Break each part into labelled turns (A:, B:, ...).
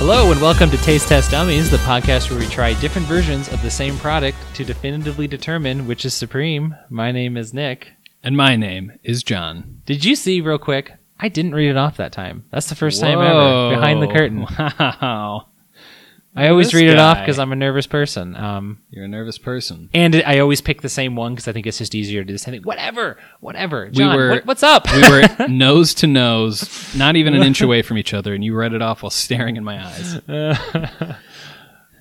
A: Hello and welcome to Taste Test Dummies, the podcast where we try different versions of the same product to definitively determine which is supreme. My name is Nick.
B: And my name is John.
A: Did you see real quick? I didn't read it off that time. That's the first time ever behind the curtain.
B: Wow.
A: I always
B: This
A: read it off
B: guy.
A: because I'm a nervous person. Um,
B: You're a nervous person.
A: and it, I always pick the same one because I think it's just easier to just think whatever, whatever. John,
B: were-
A: what- what's up?
B: We were nose to nose, not even an inch away from each other, and you read it off while staring in my eyes.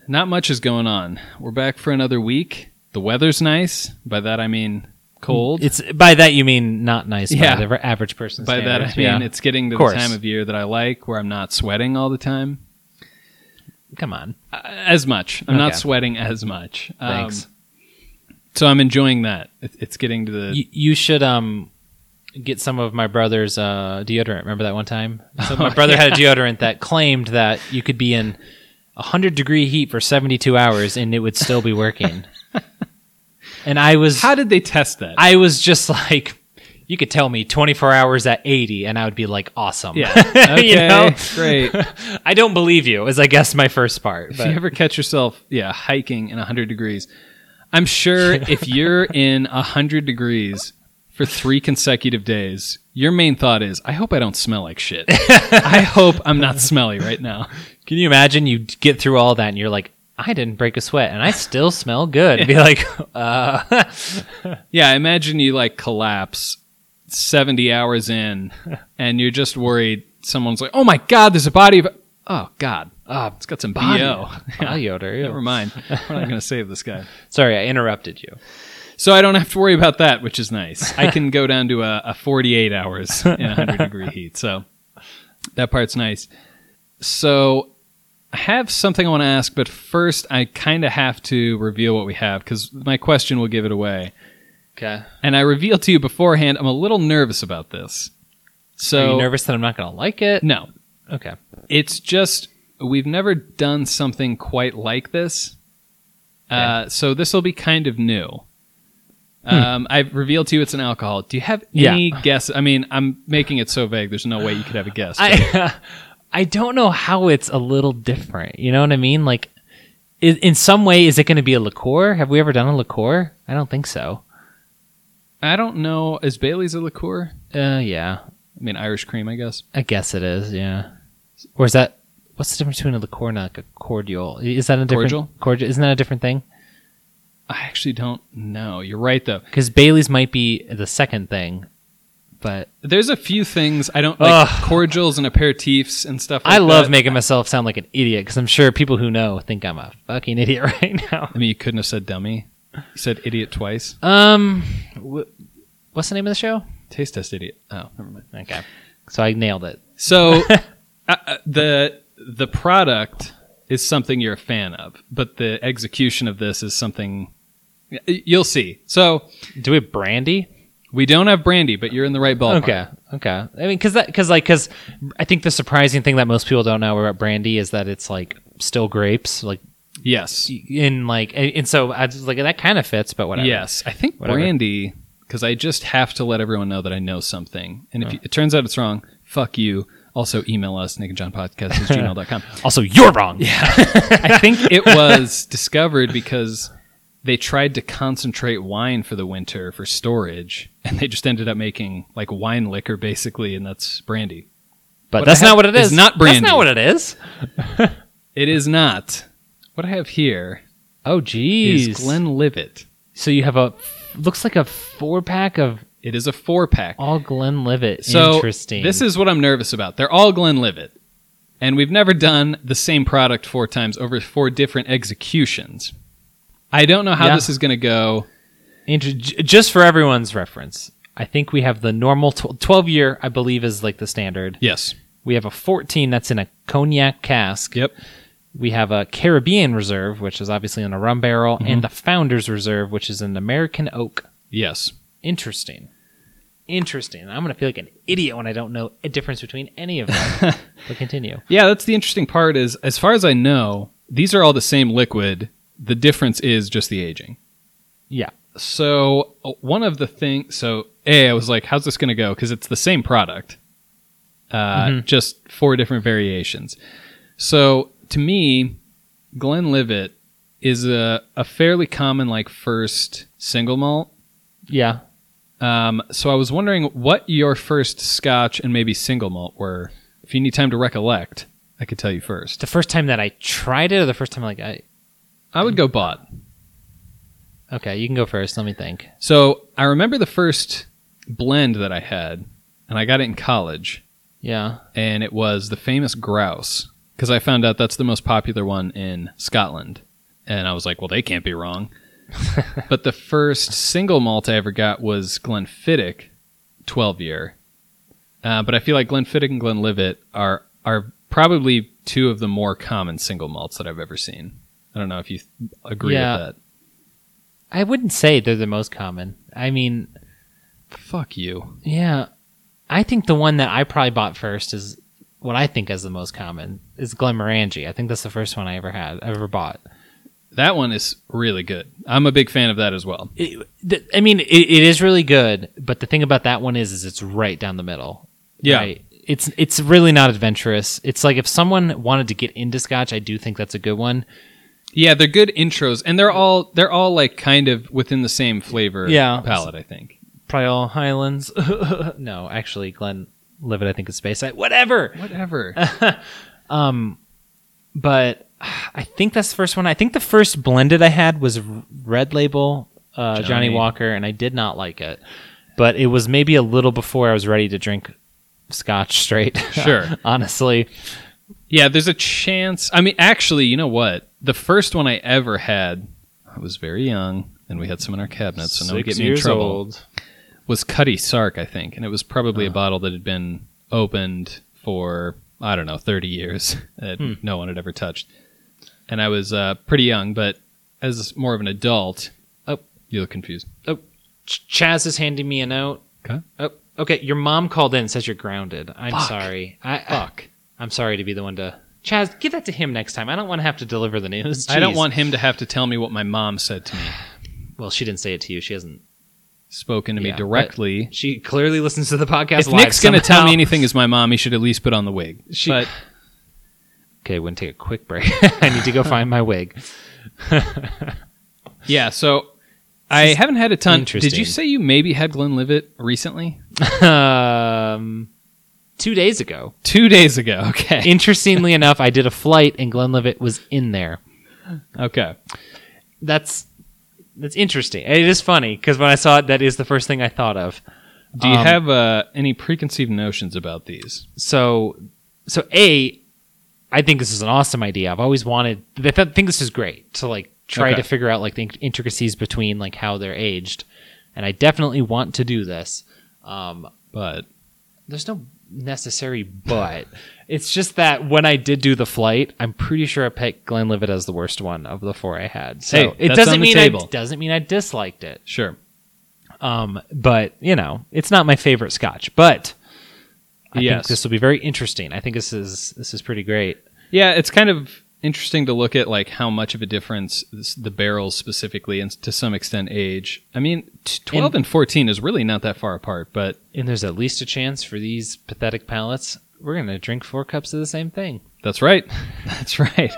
B: not much is going on. We're back for another week. The weather's nice. By that I mean cold.
A: it's by that you mean not nice. Yeah,
B: Yeah.
A: by the average person.
B: By that I
A: standards.
B: mean
A: Yeah.
B: it's getting to
A: Of
B: the
A: course.
B: time of year that I like where I'm not sweating all the time.
A: come on.
B: Uh, As much. I'm not
A: Okay.
B: sweating as much. Um,
A: Thanks.
B: so I'm enjoying that. It- It's getting to the
A: you, you should um get some of my brother's uh, deodorant. Remember that one time? So my brother had a deodorant that claimed that you could be in 100 degree heat for 72 hours and it would still be working. and I was
B: How did they test that?
A: I was just like you could tell me 24 hours at 80 and I would be like awesome.
B: Yeah.
A: You know?
B: Great.
A: I don't believe you is I guess my first part.
B: if
A: but-
B: you ever catch yourself, yeah, hiking in 100 degrees, I'm sure if you're in 100 degrees for three consecutive days, your main thought is, I hope I don't smell like shit. I hope I'm not smelly right now.
A: Can you imagine you get through all that and you're like, I didn't break a sweat and I still smell good. And be like, uh,
B: Yeah, imagine you like collapse 70 hours in and you're just worried someone's like, oh my God, there's a body of. Oh God. Oh, it's got some
A: body-
B: BO.
A: body odor, ew.
B: Never mind. We're not going to save this guy.
A: Sorry, I interrupted you.
B: So I don't have to worry about that, which is nice. I can go down to a, a 48 hours in 100 degree heat. So that part's nice. So I have something I want to ask, but first I kind of have to reveal what we have because my question will give it away.
A: Okay.
B: And I reveal to you beforehand, I'm a little nervous about this.
A: Are
B: So
A: you nervous that I'm not going to like it?
B: No,
A: Okay.
B: it's just we've never done something quite like this. Uh, so this will be kind of new.
A: Hmm.
B: Um, I've revealed to you it's an alcohol. Do you have any guess? I mean, I'm making it so vague. There's no way you could have a guess. but-
A: I I don't know how it's a little different. You know what I mean? Like, i in some way, is it going to be a liqueur? Have we ever done a liqueur? I don't think so.
B: I don't know. Is Bailey's a liqueur?
A: Uh, yeah,
B: I mean, Irish cream, I guess.
A: I guess it is. Yeah. Or is that? What's the difference between a liqueur and like a cordial? Is that a different
B: Cordial?
A: Cordial? Isn't that a different thing?
B: I actually don't know. You're right though.
A: Because Bailey's might be the second thing, but
B: There's a few things I don't like
A: Ugh.
B: cordials and aperitifs and stuff. Like
A: I love
B: that.
A: making myself sound like an idiot because I'm sure people who know think I'm a fucking idiot right now.
B: I mean, you couldn't have said dummy. You said idiot twice.
A: Um, wh- what's the name of the show?
B: Taste test idiot. Oh, never mind.
A: Okay, so I nailed it.
B: So uh, uh, the the product is something you're a fan of, but the execution of this is something y- you'll see. So
A: Do we have brandy?
B: we don't have brandy, but you're in the right ballpark.
A: Okay, okay. I mean, because that because like because I think the surprising thing that most people don't know about brandy is that it's like still grapes, like
B: Yes.
A: in like and and so I was like that kind of fits, but whatever.
B: Yes. I think
A: Whatever.
B: brandy because I just have to let everyone know that I know something, and if you, it turns out it's wrong, fuck you. Also, email us nick and john podcast at gmail.com.
A: Also, you're wrong. Yeah.
B: I think it was discovered because they tried to concentrate wine for the winter for storage, and they just ended up making like wine liquor basically, and that's brandy.
A: But
B: What
A: that's
B: I have
A: not what it
B: is
A: is.
B: not brandy.
A: That's not what it is.
B: It is not. What I have here
A: Oh,
B: is
A: geez.
B: Glenlivet.
A: so you have a looks like a four pack of
B: It is a four pack.
A: all Glenlivet.
B: So
A: Interesting.
B: this is what I'm nervous about. They're all Glenlivet, and we've never done the same product four times over four different executions. I don't know how
A: Yeah.
B: this is going to go.
A: Inter- j- just for everyone's reference, I think we have the normal tw- 12 year, I believe, is like the standard.
B: Yes.
A: We have a 14 that's in a cognac cask.
B: Yep.
A: We have a Caribbean reserve, which is obviously in a rum barrel, and the Founders Reserve, which is an American oak.
B: Yes.
A: Interesting. Interesting. I'm going to feel like an idiot when I don't know a difference between any of them. but continue.
B: Yeah, that's the interesting part is as far as I know, these are all the same liquid. The difference is just the aging.
A: Yeah.
B: So, uh, one of the things, so A, I was like, how's this going to go? Because it's the same product, uh, just four different variations. So, to me, Glenlivet is a, a fairly common like first single malt.
A: Yeah.
B: Um, so I was wondering what your first Scotch and maybe single malt were. If you need time to recollect, I could tell you first.
A: The first time that I tried it, or the first time like I.
B: I would go bought.
A: Okay, you can go first. Let me think.
B: So I remember the first blend that I had, and I got it in college,
A: Yeah.
B: and it was the famous grouse because I found out that's the most popular one in Scotland, and I was like, well, they can't be wrong. but the first single malt I ever got was Glenfiddich, twelve year. Uh, but I feel like Glenfiddich and Glenlivet are are probably two of the more common single malts that I've ever seen. I don't know if you th- agree
A: Yeah.
B: with
A: I wouldn't say they're the most common. I mean,
B: that. Fuck you.
A: yeah. I think the one that I probably bought first is what I think is the most common is Glenmorangie. I think that's the first one I ever had, I ever bought.
B: That one is really good. I'm a big fan of that as well.
A: It, th- I mean, it, it is really good, but the thing about that one is, is it's right down the middle.
B: Yeah.
A: Right? It's it's really not adventurous. It's like if someone wanted to get into Scotch, I do think that's a good one.
B: Yeah, they're good intros, and they're all they're all like kind of within the same flavor
A: Yeah.
B: palette. I think.
A: Probably all Highlands. no, actually, Glen Livet, I think is Bayside. Whatever.
B: Whatever.
A: Um, but I think that's the first one. I think the first blended I had was Red Label uh, Johnny.
B: Johnny.
A: Walker, and I did not like it. But it was maybe a little before I was ready to drink Scotch straight.
B: Sure.
A: honestly,
B: yeah, there's a chance. I mean, actually, you know what? The first one I ever had, I was very young, and we had some in our cabinet, so no one get me in trouble. Was Cuddy Sark, I think, and it was probably
A: Ah.
B: a bottle that had been opened for I don't know, 30 years that
A: Hmm.
B: no one had ever touched. And I was uh, pretty young, but as more of an adult,
A: Oh.
B: you look confused.
A: Oh, Ch- Chaz is handing me a note.
B: Okay.
A: Oh, okay. Your mom called in and says you're grounded. I'm
B: Fuck.
A: sorry. I,
B: Fuck.
A: I, am sorry to be the one to. Chaz, give that to him next time. I don't want to have to deliver the news.
B: I don't
A: Jeez.
B: want him to have to tell me what my mom said to me,
A: Well, she didn't say it to you. She hasn't.
B: spoken to
A: Yeah,
B: me
A: but-
B: directly.
A: She clearly listens to the podcast.
B: If
A: live
B: Nick's going to tell
A: somehow.
B: me anything is my mom, he should at least put on the wig.
A: She-
B: but
A: Okay, we're gonna take a quick break. I need to go find my wig.
B: yeah, so I haven't had a ton. Did
A: interesting.
B: you say you maybe had Glenlivet recently?
A: um, two days ago.
B: Two days ago. Okay.
A: Interestingly enough, I did a flight and Glenlivet was in there.
B: Okay.
A: That's that's interesting. And It is funny because when I saw it, that is the first thing I thought of.
B: Do you
A: Um,
B: have uh, any preconceived notions about these?
A: So, so a, I think this is an awesome idea. I've always wanted. I th- think this is great to like try
B: Okay.
A: to figure out like the in- intricacies between like how they're aged, and I definitely want to do this. Um,
B: But
A: there's no necessary but. it's just that when I did do the flight, I'm pretty sure I picked Glenlivet as the worst one of the four I had. So
B: Hey,
A: it
B: that's
A: doesn't
B: on the
A: mean
B: table.
A: I doesn't mean I disliked it.
B: sure.
A: Um, but you know, it's not my favorite Scotch. But I think
B: Yes.
A: this will be very interesting. I think this is this is pretty great.
B: Yeah, it's kind of interesting to look at like how much of a difference this, the barrels specifically and to some extent age. I mean, t- 12 and 14 is really not that far apart, but
A: And there's at least a chance for these pathetic palates. We're gonna drink four cups of the same thing.
B: That's right. That's right.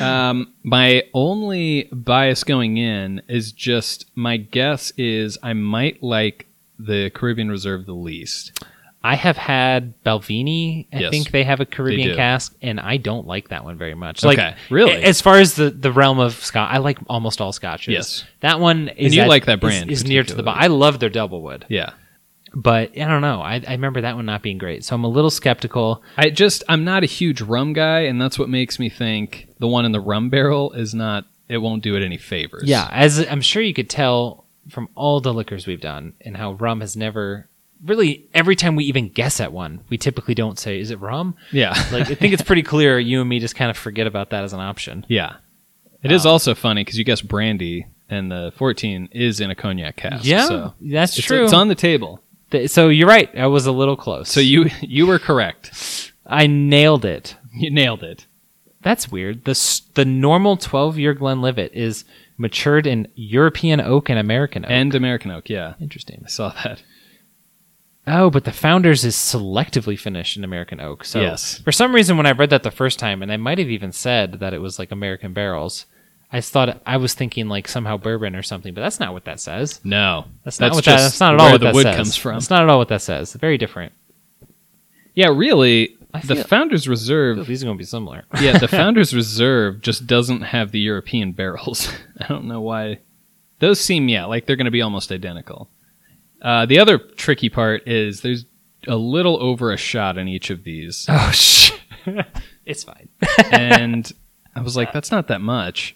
B: um, my only bias going in is just my guess is I might like the Caribbean Reserve the least.
A: I have had Balvini. I
B: Yes.
A: think they have a Caribbean
B: do.
A: cask, and I don't like that one very much.
B: Okay.
A: Like,
B: Really?
A: a- As far as the, the realm of Scotch, I like almost all Scotches.
B: Yes.
A: That one is
B: you
A: at-
B: like that
A: is-
B: brand
A: is, near to the bottom. I
B: particularly.
A: love their Doublewood,
B: Yeah.
A: but I don't know. I, I remember that one not being great, so I'm a little skeptical.
B: I just I'm not a huge rum guy, and that's what makes me think the one in the rum barrel is not. It won't do it any favors.
A: Yeah, as I'm sure you could tell from all the liquors we've done, and how rum has never really. Every time we even guess at one, we typically don't say, "Is it rum?"
B: Yeah.
A: Like I think it's pretty clear. You and me just kind of forget about that as an option.
B: yeah. It is also funny because you guess brandy, and the 14 is in a cognac cask.
A: Yeah,
B: so
A: that's
B: it's,
A: true.
B: It's on the table.
A: Th- So you're right. I was a little close.
B: So you you were correct.
A: I nailed it.
B: You nailed it.
A: That's weird. The s- the normal 12 year Glenlivet is matured in European oak and American oak.
B: and American Oak. Yeah,
A: Interesting.
B: I saw that.
A: Oh, but the Founders is selectively finished in American oak. So
B: Yes.
A: for some reason, when I read that the first time, and I might have even said that it was like American barrels, I thought I was thinking like somehow bourbon or something, but that's not what that says.
B: No,
A: That's not what that, that's not at all
B: where
A: what
B: the
A: that
B: wood
A: says.
B: comes from.
A: That's not at all what that says. Very different.
B: yeah, really,
A: I
B: the
A: feel-
B: Founders
A: Ooh,
B: Reserve.
A: These are going to be similar.
B: yeah, the Founders Reserve just doesn't have the European barrels. I don't know why. Those seem yeah, like they're going to be almost identical. Uh, the other tricky part is there's a little over a shot in each of these,
A: Oh shit! it's fine.
B: and I was like, that's not that much.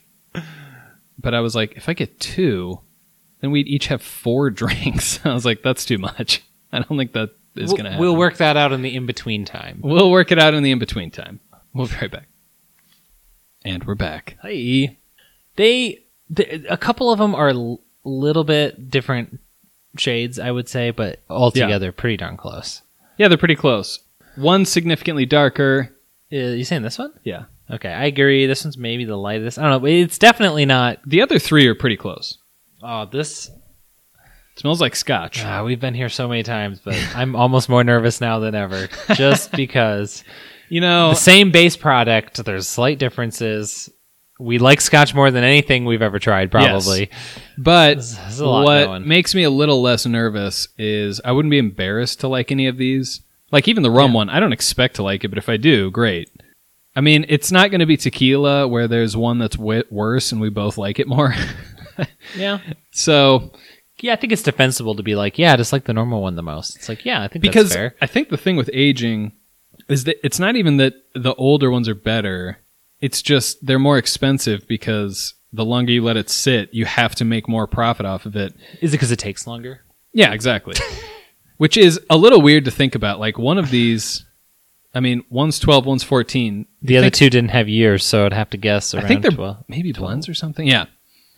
B: But I was like, if I get two, then we'd each have four drinks. I was like, that's too much. I don't think that is
A: we'll,
B: going to happen.
A: we'll work that out in the in between time.
B: We'll work it out in the in between time. We'll be right back. And we're back.
A: Hey, E. they th- a couple of them are a little bit different shades, I would say, but altogether pretty darn close.
B: Yeah, they're pretty close. One significantly darker.
A: Uh, you saying this one?
B: Yeah.
A: Okay, I agree. This one's maybe the lightest. I don't know. but It's definitely not.
B: The other three are pretty close.
A: Oh, this.
B: It smells like scotch.
A: ah, we've been here so many times, but I'm almost more nervous now than ever, just because
B: You know,
A: the same base product. There's slight differences. We like Scotch more than anything we've ever tried, probably.
B: but
A: There's- there's a lot
B: what
A: going.
B: makes me a little less nervous is I wouldn't be embarrassed to like any of these. Like even the rum one, I don't expect to like it, but if I do, great. I mean, it's not going to be tequila where there's one that's w- worse and we both like it more.
A: Yeah,
B: so
A: yeah. I think it's defensible to be like, yeah, I just like the normal one the most. It's like, yeah, I think
B: because
A: that's fair.
B: I think the thing with aging is that it's not even that the older ones are better. It's just they're more expensive because the longer you let it sit, you have to make more profit off of it.
A: Is it because it takes longer?
B: Yeah, exactly. Which is a little weird to think about. Like one of these, I mean, one's 12, one's 14.
A: The other two didn't have years, so I'd have to guess around
B: I think they're
A: 12.
B: maybe blends or something. Yeah.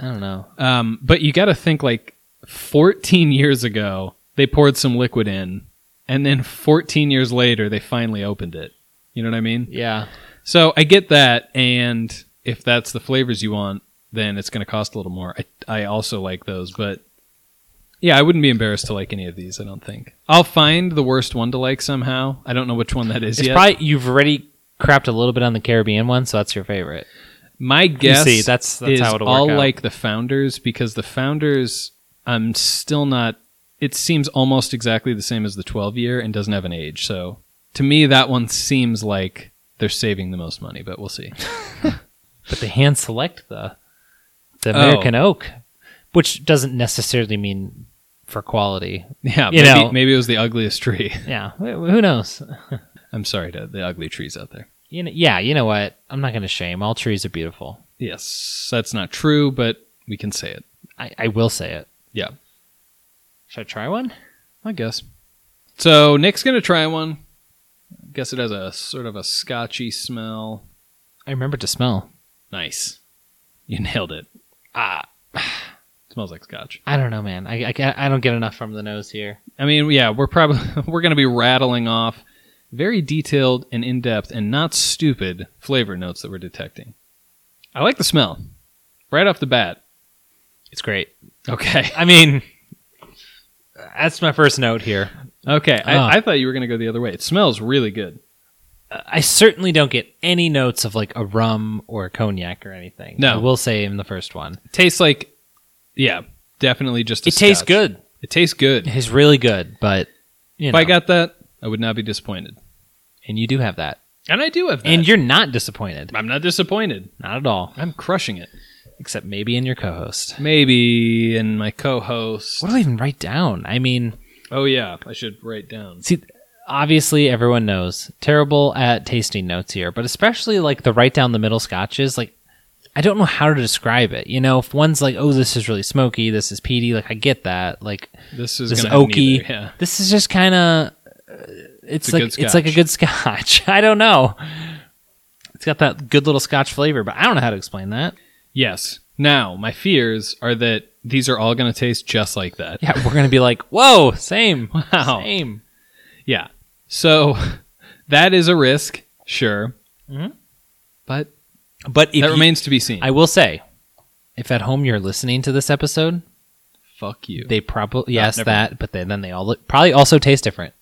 A: I don't know.
B: Um, but you got to think like 14 years ago, they poured some liquid in, and then 14 years later, they finally opened it. You know what I mean?
A: Yeah.
B: So I get that, and if that's the flavors you want, then it's going to cost a little more. I, I also like those, but yeah, I wouldn't be embarrassed to like any of these. I don't think I'll find the worst one to like somehow. I don't know which one that is
A: It's
B: yet.
A: probably you've already crapped a little bit on the Caribbean one, so that's your favorite.
B: My guess
A: see, that's- that's
B: is
A: how it'll work
B: all
A: out.
B: like the founders because the founders I'm still not. It seems almost exactly the same as the 12 year and doesn't have an age. So to me, that one seems like they're saving the most money, but we'll see.
A: But they hand select the the
B: Oh.
A: American oak, which doesn't necessarily mean for quality.
B: Yeah,
A: You
B: maybe,
A: know.
B: maybe it was the ugliest tree.
A: Yeah, wh- who knows?
B: I'm sorry to the ugly trees out there.
A: You know, yeah, you know what? I'm not going to shame. All trees are beautiful.
B: Yes, that's not true, but we can say it.
A: I, I will say it.
B: Yeah,
A: Should I try one?
B: I guess. So Nick's gonna try one. I guess it has a sort of a scotchy smell.
A: I remember to smell.
B: Nice, you nailed it.
A: Ah,
B: smells like scotch.
A: I don't know, man. I, I, ca- I don't get enough from the nose here.
B: I mean, yeah, we're probably we're gonna be rattling off very detailed and in depth and not stupid flavor notes that we're detecting. I like the smell right off the bat.
A: It's great.
B: Okay,
A: I mean, that's my first note here.
B: okay.
A: Ah.
B: I, I thought you were gonna go the other way. It smells really good.
A: I certainly don't get any notes of like a rum or a cognac or anything.
B: No.
A: I will say in the first one,
B: tastes like yeah definitely just a
A: it tastes
B: scotch.
A: good.
B: it tastes good
A: It's really good, but you
B: if
A: know,
B: i got that i would not be disappointed
A: and you do have that,
B: and i do have that
A: and you're not disappointed,
B: i'm not disappointed
A: not at all,
B: i'm crushing it
A: except maybe in your co-host.
B: maybe and my co-host
A: What do I even write down? I mean,
B: oh yeah i should write down
A: see, obviously everyone knows terrible at tasting notes here, but especially like the right down the middle scotches, like. I don't know how to describe it. You know, if one's like, "Oh, this is really smoky. This is peaty," like I get that. Like
B: this is
A: this is
B: gonna have
A: oaky.
B: neither, yeah
A: This is just kind of it's,
B: It's a
A: like
B: good
A: it's like a
B: scotch.
A: good scotch. I don't know. It's got that good little scotch flavor, but I don't know how to explain that.
B: yes now my fears are that these are all gonna taste just like that
A: Yeah, we're gonna be like, whoa, same,
B: Wow.
A: same.
B: Yeah. so that is a risk sure
A: Mhm.
B: but
A: But if
B: that
A: you-
B: remains to be seen
A: I will say, if at home you're listening to this episode,
B: fuck you.
A: They probably yes
B: never
A: that, but then, then they all look, probably also taste different.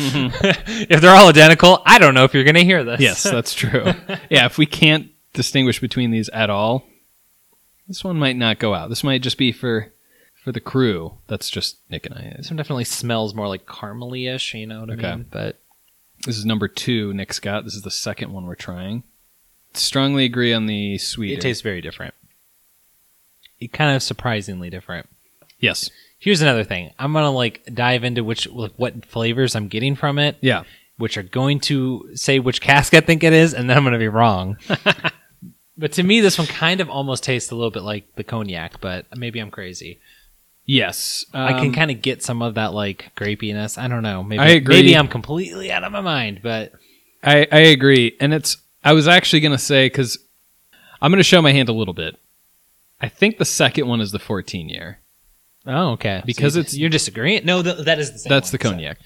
A: if they're all identical, I don't know if you're gonna hear this.
B: yes, that's true. yeah, if we can't distinguish between these at all, this one might not go out. This might just be for for the crew. That's just Nick and I.
A: this one definitely smells more like caramely-ish. You know what
B: Okay.
A: I mean? But
B: This is number two Nick Scott. This is the second one we're trying. Strongly agree on the sweet.
A: it tastes very different. It kind of surprisingly different.
B: yes.
A: Here's another thing. I'm gonna like dive into which like what flavors I'm getting from it.
B: Yeah.
A: which are going to say which cask I think it is, and then I'm going to be wrong. but to me, this one kind of almost tastes a little bit like the cognac, but maybe I'm crazy.
B: Yes.
A: I
B: Um,
A: can kind of get some of that like grapeiness. I don't know. Maybe
B: I agree.
A: maybe I'm completely out of my mind, but
B: I, I agree. And it's, I was actually going to say, because I'm going to show my hand a little bit. I think the second one is the 14 year.
A: oh okay,
B: Because
A: So
B: it's-
A: you're disagreeing. No, th- that is the same
B: That's
A: one,
B: the
A: so-
B: cognac.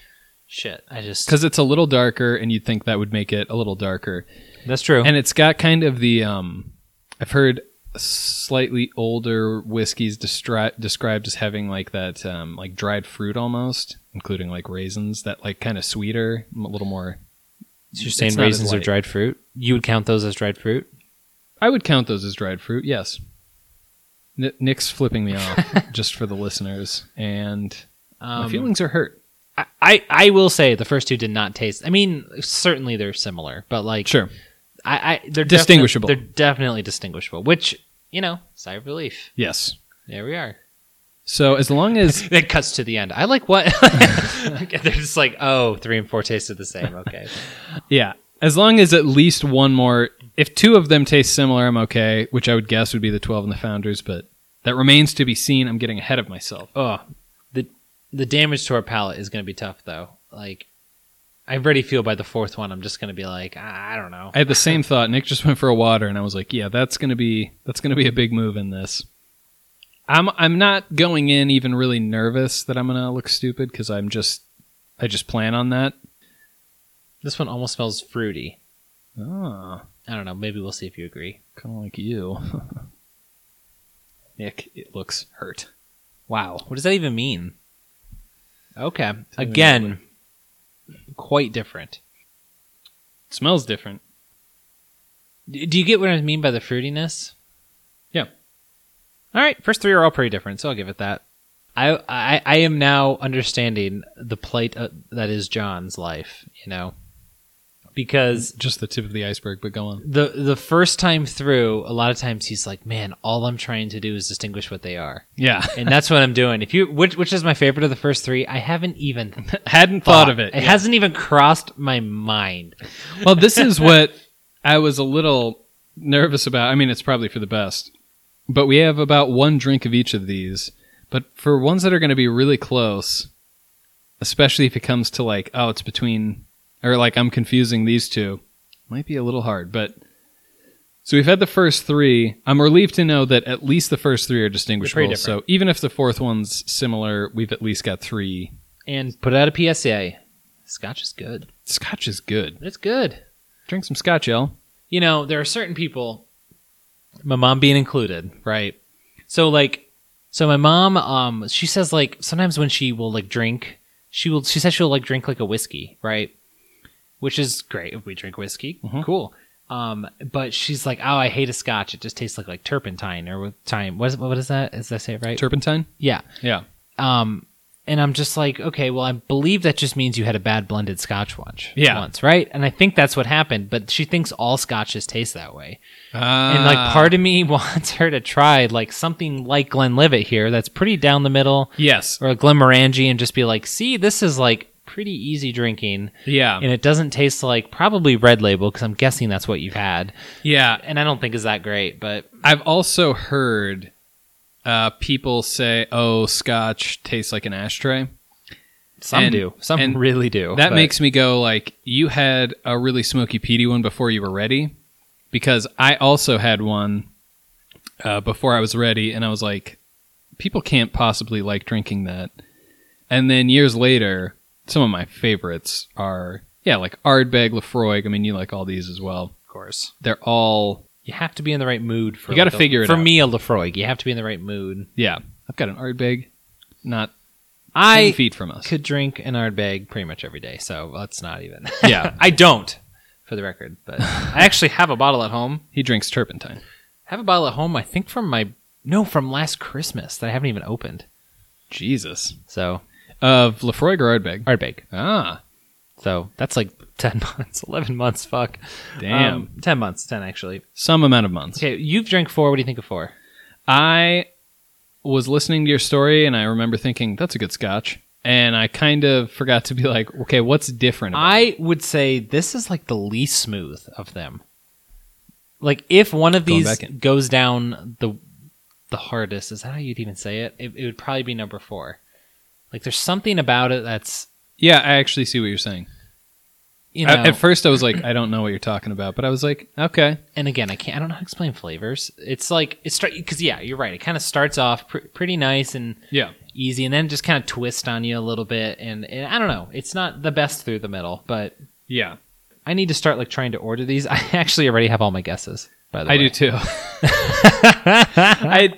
A: Shit, I just
B: Because it's a little darker, and you'd think that would make it a little darker.
A: that's true.
B: And it's got kind of the, um, I've heard slightly older whiskeys destri- described as having like that, um, like dried fruit almost, including like raisins, that like kind of sweeter, a little more.
A: so you're saying
B: it's not as
A: raisins are
B: light.
A: dried fruit. You would count those as dried fruit.
B: I would count those as dried fruit. Yes. N- Nick's flipping me off just for the listeners, and
A: Um,
B: my feelings are hurt.
A: I, I I will say the first two did not taste. I mean, certainly they're similar, but like
B: Sure.
A: I, I they're defi-
B: Distinguishable.
A: they're definitely distinguishable. Which you know, sigh of relief.
B: Yes.
A: There we are.
B: So as long as
A: It cuts to the end. I like what Okay, they're just like. Oh, three and four tasted the same. Okay,
B: yeah, as long as at least one more, if two of them taste similar, I'm okay. Which I would guess would be the twelve and the founders, but that remains to be seen. I'm getting ahead of myself. Oh,
A: the damage to our palate is going to be tough, though. Like, I already feel by the fourth one, I'm just going to be like, I, I don't know.
B: I had the same thought. Nick just went for a water, and I was like, yeah, that's gonna be that's gonna be a big move in this. I'm I'm not going in even really nervous that I'm gonna look stupid because I'm just I just plan on that.
A: This one almost smells fruity.
B: Oh.
A: I don't know. Maybe we'll see if you agree.
B: Kind of like you. Nick, it looks hurt. Wow.
A: What does that even mean? Okay,
B: even
A: again, quite different.
B: It smells different.
A: D- Do you get what I mean by the fruitiness?
B: Yeah.
A: All right, first three are all pretty different, so I'll give it that. I I, I am now understanding the plight uh, that is John's life, you know, because
B: Just the tip of the iceberg, but go on.
A: the the first time through, a lot of times he's like, "Man, all I'm trying to do is distinguish what they are,"
B: Yeah.
A: and that's what I'm doing. If you which which is my favorite of the first three, I haven't even
B: Hadn't thought of it.
A: It hasn't even crossed my mind.
B: well, this is what I was a little nervous about. I mean, it's probably for the best. But we have about one drink of each of these. But for ones that are going to be really close, especially if it comes to like, oh, it's between, or like I'm confusing these two, might be a little hard. But so we've had the first three. I'm relieved to know that at least the first three are distinguishable. So
A: different.
B: even if the fourth one's similar, we've at least got three.
A: And put out a PSA. Scotch is good.
B: Scotch is good.
A: It's good.
B: Drink some scotch, y'all.
A: you know, there are certain people, my mom being included, right? So like, so my mom, um, she says like sometimes when she will like drink, she will she says she'll like drink like a whiskey, right? Which is great if we drink whiskey,
B: Mhm.
A: cool. Um, but she's like, oh, I hate a scotch. It just tastes like like turpentine or with time. What is what is that? Is that say it right?
B: Turpentine?
A: yeah.
B: Yeah.
A: Um, and I'm just like, okay, well, I believe that just means you had a bad blended Scotch once,
B: Yeah.
A: once, right? And I think that's what happened. But she thinks all Scotches taste that way, and
B: Ah.
A: like part of me wants her to try like something like Glenlivet here, that's pretty down the middle,
B: Yes.
A: or a Glenmorangie, and just be like, see, this is like pretty easy drinking,
B: Yeah.
A: and it doesn't taste like probably Red Label because I'm guessing that's what you've had,
B: yeah.
A: and I don't think is that great, but
B: I've also heard uh, people say, oh, scotch tastes like an ashtray.
A: some
B: And-
A: do, some
B: and
A: really do.
B: That
A: but-
B: makes me go, like, you had a really smoky peaty one before you were ready. Because I also had one uh, before I was ready, and I was like, people can't possibly like drinking that. And then years later, some of my favorites are, yeah, like Ardbeg, Lefroy. I mean, you like all these as well.
A: of course.
B: They're all,
A: You have to be in the right mood for.
B: You gotta
A: like a-
B: figure it
A: for
B: out.
A: me a Lefroy. You have to be in the right mood.
B: yeah. I've got an Ardbeg not
A: I
B: 10 feet from us.
A: could drink an Ardbeg pretty much every day, so let's not even.
B: Yeah.
A: I don't, for the record, but I actually have a bottle at home.
B: He drinks turpentine.
A: I have a bottle at home, I think from my, no, from last Christmas that I haven't even opened.
B: Jesus.
A: So,
B: Of Lefroy Gardbeg.
A: Ardbeg.
B: Ah,
A: So that's like 10 months, 11 months, fuck.
B: damn.
A: Um, 10 months, 10 actually.
B: Some amount of months.
A: Okay, you've drank four. What do you think of four?
B: I was listening to your story and I remember thinking, that's a good scotch. And I kind of forgot to be like, okay, what's different? About
A: I
B: it?
A: would say this is like the least smooth of them. Like if one of
B: Going
A: these
B: back in.
A: goes down the the hardest, is that how you'd even say it? It, it would probably be number four. Like there's something about it that's
B: Yeah, I actually see what you're saying.
A: you know.
B: I- at first, I was like, I don't know what you're talking about, but I was like, okay,
A: and again, I can't. I don't know how to explain flavors. It's like it's because yeah, you're right. It kind of starts off pr- pretty nice and
B: yeah,
A: easy, and then just kind of twist on you a little bit. And, and I don't know. It's not the best through the middle, but
B: yeah,
A: I need to start like trying to order these. I actually already have all my guesses. By the way,
B: I do too. I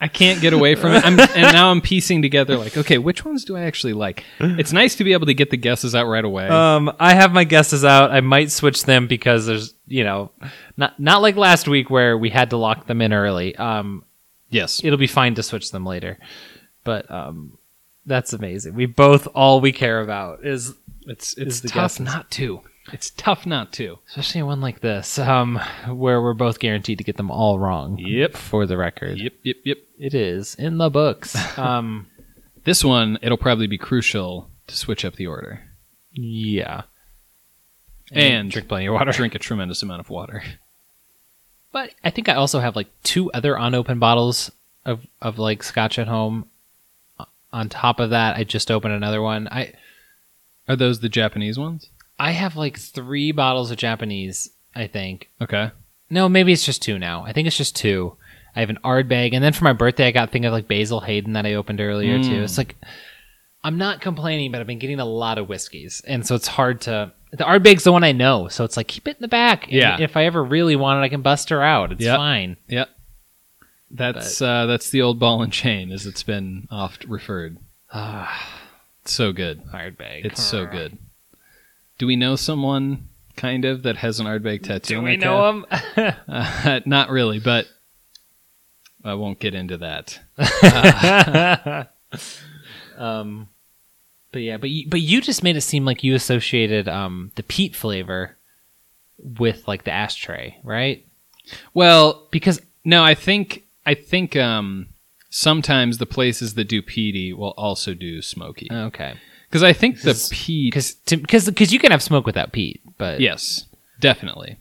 B: I can't get away from it. I'm, and now I'm piecing together like, okay, which ones do I actually like? It's nice to be able to get the guesses out right away.
A: Um, I have my guesses out. I might switch them because there's, you know, not not like last week where we had to lock them in early. Um,
B: yes,
A: it'll be fine to switch them later. But um, that's amazing. We both all we care about is
B: it's
A: is
B: it's
A: the
B: tough
A: guesses.
B: not to. It's tough not to.
A: especially one like this, um, where we're both guaranteed to get them all wrong.
B: Yep.
A: For the record,
B: Yep, yep, yep.
A: it is in the books. Um,
B: This one, it'll probably be crucial to switch up the order.
A: yeah.
B: And-
A: drink plenty of water.
B: Drink a tremendous amount of water.
A: But I think I also have like two other unopened bottles of of like scotch at home. On top of that, I just opened another one. I
B: Are those the Japanese ones?
A: I have like three bottles of Japanese. I think
B: Okay.
A: no, maybe it's just two now. I think it's just two. I have an Ardbeg, and then for my birthday, I got a thing of like Basil Hayden that I opened earlier too.
B: Mm.
A: It's like I'm not complaining, but I've been getting a lot of whiskeys, and so it's hard to. The Ardbeg's the one I know, so it's like keep it in the back. And
B: Yeah.
A: If I ever really want it, I can bust her out. It's
B: Yep.
A: fine.
B: Yep. That's uh, that's the old ball and chain, as it's been oft referred.
A: Ah,
B: It's so good.
A: Ardbeg.
B: It's so good. Do we know someone kind of that has an Ardbeg tattoo?
A: Do
B: on
A: we
B: their
A: know him?
B: calf? Uh, not really, but I won't get into that.
A: um, but yeah, but you, but you just made it seem like you associated um, the peat flavor with like the ashtray, right?
B: Well,
A: Because
B: no, I think I think um, sometimes the places that do peaty will also do smoky
A: okay,
B: because I think the
A: Because-
B: peat.
A: because because because you can have smoke without peat, but
B: Yes, definitely.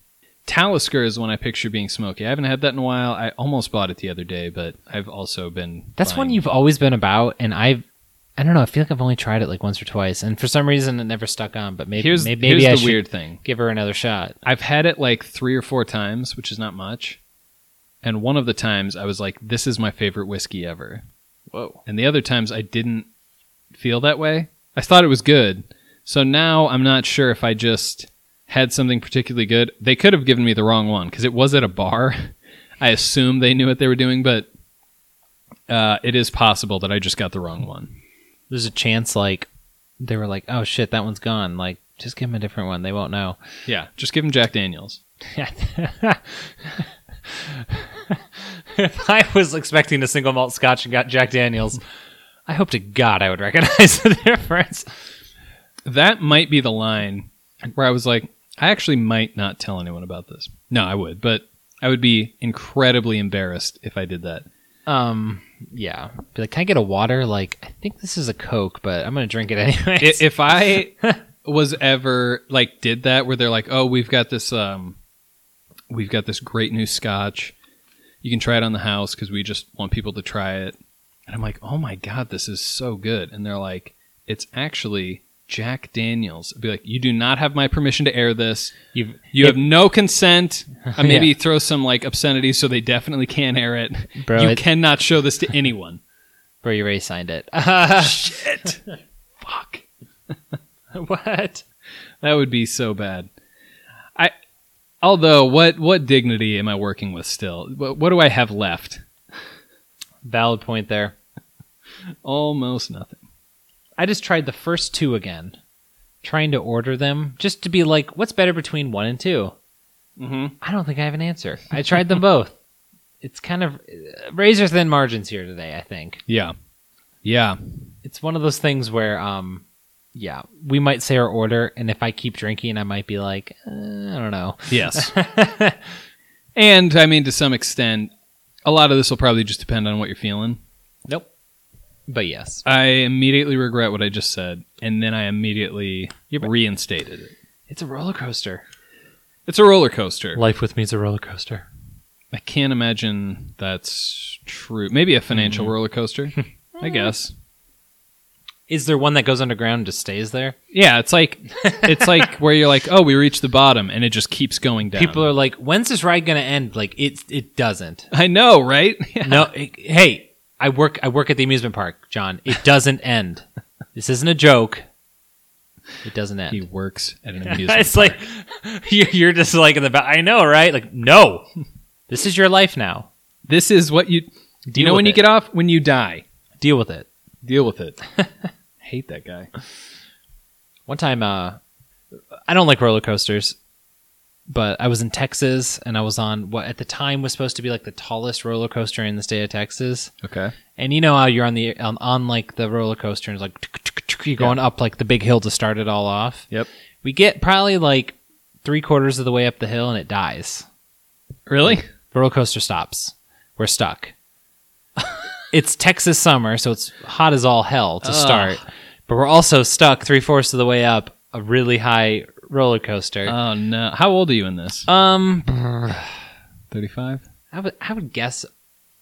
B: Talisker is one I picture being smoky. I haven't had that in a while. I almost bought it the other day, but I've also been.
A: that's
B: buying-
A: one you've always been about, and I've. I don't know. I feel like I've only tried it like once or twice, and for some reason it never stuck on. But maybe
B: Here's,
A: maybe, maybe
B: here's
A: I
B: the
A: should
B: weird thing.
A: give her another shot.
B: I've had it like three or four times, which is not much. And one of the times I was like, this is my favorite whiskey ever.
A: Whoa!
B: And the other times I didn't feel that way. I thought it was good. So now I'm not sure if I just had something particularly good. They could have given me the wrong one because it was at a bar. I assume they knew what they were doing, but uh, it is possible that I just got the wrong one.
A: There's a chance like they were like, "Oh shit, that one's gone." Like, just give them a different one. They won't know.
B: Yeah, just give them Jack Daniels.
A: if I was expecting a single malt scotch and got Jack Daniels, I hope to God I would recognize the difference.
B: that might be the line where I was like, I actually might not tell anyone about this. No, I would, but I would be incredibly embarrassed if I did that.
A: Um, yeah. Be like, can I get a water? Like, I think this is a Coke, but I'm gonna drink it anyway.
B: I- if I was ever like did that where they're like, "Oh, we've got this um we've got this great new scotch. You can try it on the house cuz we just want people to try it." And I'm like, "Oh my god, this is so good." And they're like, "It's actually Jack Daniels." I'd be like, "You do not have my permission to air this.
A: You've-
B: you have no consent." I maybe
A: Yeah.
B: throw some like obscenities so they definitely can't air it.
A: Bro,
B: you
A: it-
B: cannot show this to anyone.
A: Bro, you already signed it.
B: Shit. Fuck.
A: what?
B: That would be so bad. I, although what what dignity am I working with still? What, what do I have left?
A: Valid point there.
B: Almost nothing.
A: I just tried the first two again, trying to order them just to be like, what's better between one and two?
B: Mm-hmm.
A: I don't think I have an answer. I tried them both. It's kind of uh, razor thin margins here today. I think
B: Yeah. Yeah.
A: it's one of those things where, um, yeah, we might say our order, and if I keep drinking, I might be like, uh, I don't know.
B: Yes. and I mean, to some extent, a lot of this will probably just depend on what you're feeling.
A: Nope. But yes,
B: I immediately regret what I just said, and then I immediately
A: Yeah, but-
B: reinstated it.
A: it's a roller coaster.
B: It's a roller coaster.
A: Life with me is a roller coaster.
B: I can't imagine that's true. Maybe a financial roller coaster, I guess.
A: Is there one that goes underground and just stays there?
B: Yeah, it's like it's like where you're like, oh, we reached the bottom, and it just keeps going down.
A: People are like, when's this ride gonna end? Like it, it doesn't.
B: I know, right? Yeah.
A: no, it- hey, I work, I work at the amusement park, John. It doesn't end. This isn't a joke. It doesn't end.
B: He works at an amusement.
A: it's like you're you're just like in the back. I know, right? Like, no, this is your life now.
B: this is what you. Do you
A: Deal
B: know
A: with
B: when you
A: it.
B: get off? When you die.
A: Deal with it.
B: Deal with it. Hate that guy.
A: One time, uh, I don't like roller coasters, but I was in Texas and I was on what at the time was supposed to be like the tallest roller coaster in the state of Texas.
B: Okay.
A: And you know how you're on the on, on like the roller coaster and it's like tsk, tsk, tsk, you're going up like the big hill to start it all off.
B: Yep.
A: We get probably like three quarters of the way up the hill and it dies.
B: Really?
A: The roller coaster stops. We're stuck. it's Texas summer, so it's hot as all hell to
B: Ugh.
A: start. But we're also stuck three fourths of the way up a really high roller coaster.
B: Oh no! How old are you in this?
A: um,
B: Thirty-five.
A: I would I would guess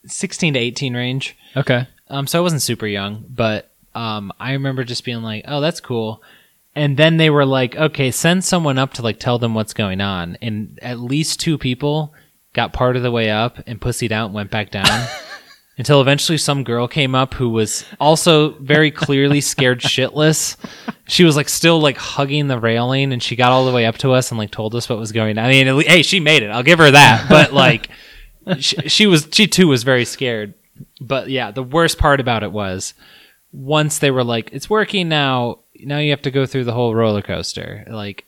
A: sixteen to eighteen range.
B: Okay.
A: Um, so I wasn't super young, but um, I remember just being like, "Oh, that's cool." And then they were like, "Okay, send someone up to like tell them what's going on." And at least two people got part of the way up and pussied out and went back down. Until eventually, some girl came up who was also very clearly scared shitless. She was like still like hugging the railing, and she got all the way up to us and like told us what was going on. I mean, at le- hey, she made it. I'll give her that. But like, she, she was she too was very scared. But yeah, the worst part about it was once they were like, "It's working now." Now you have to go through the whole roller coaster. Like,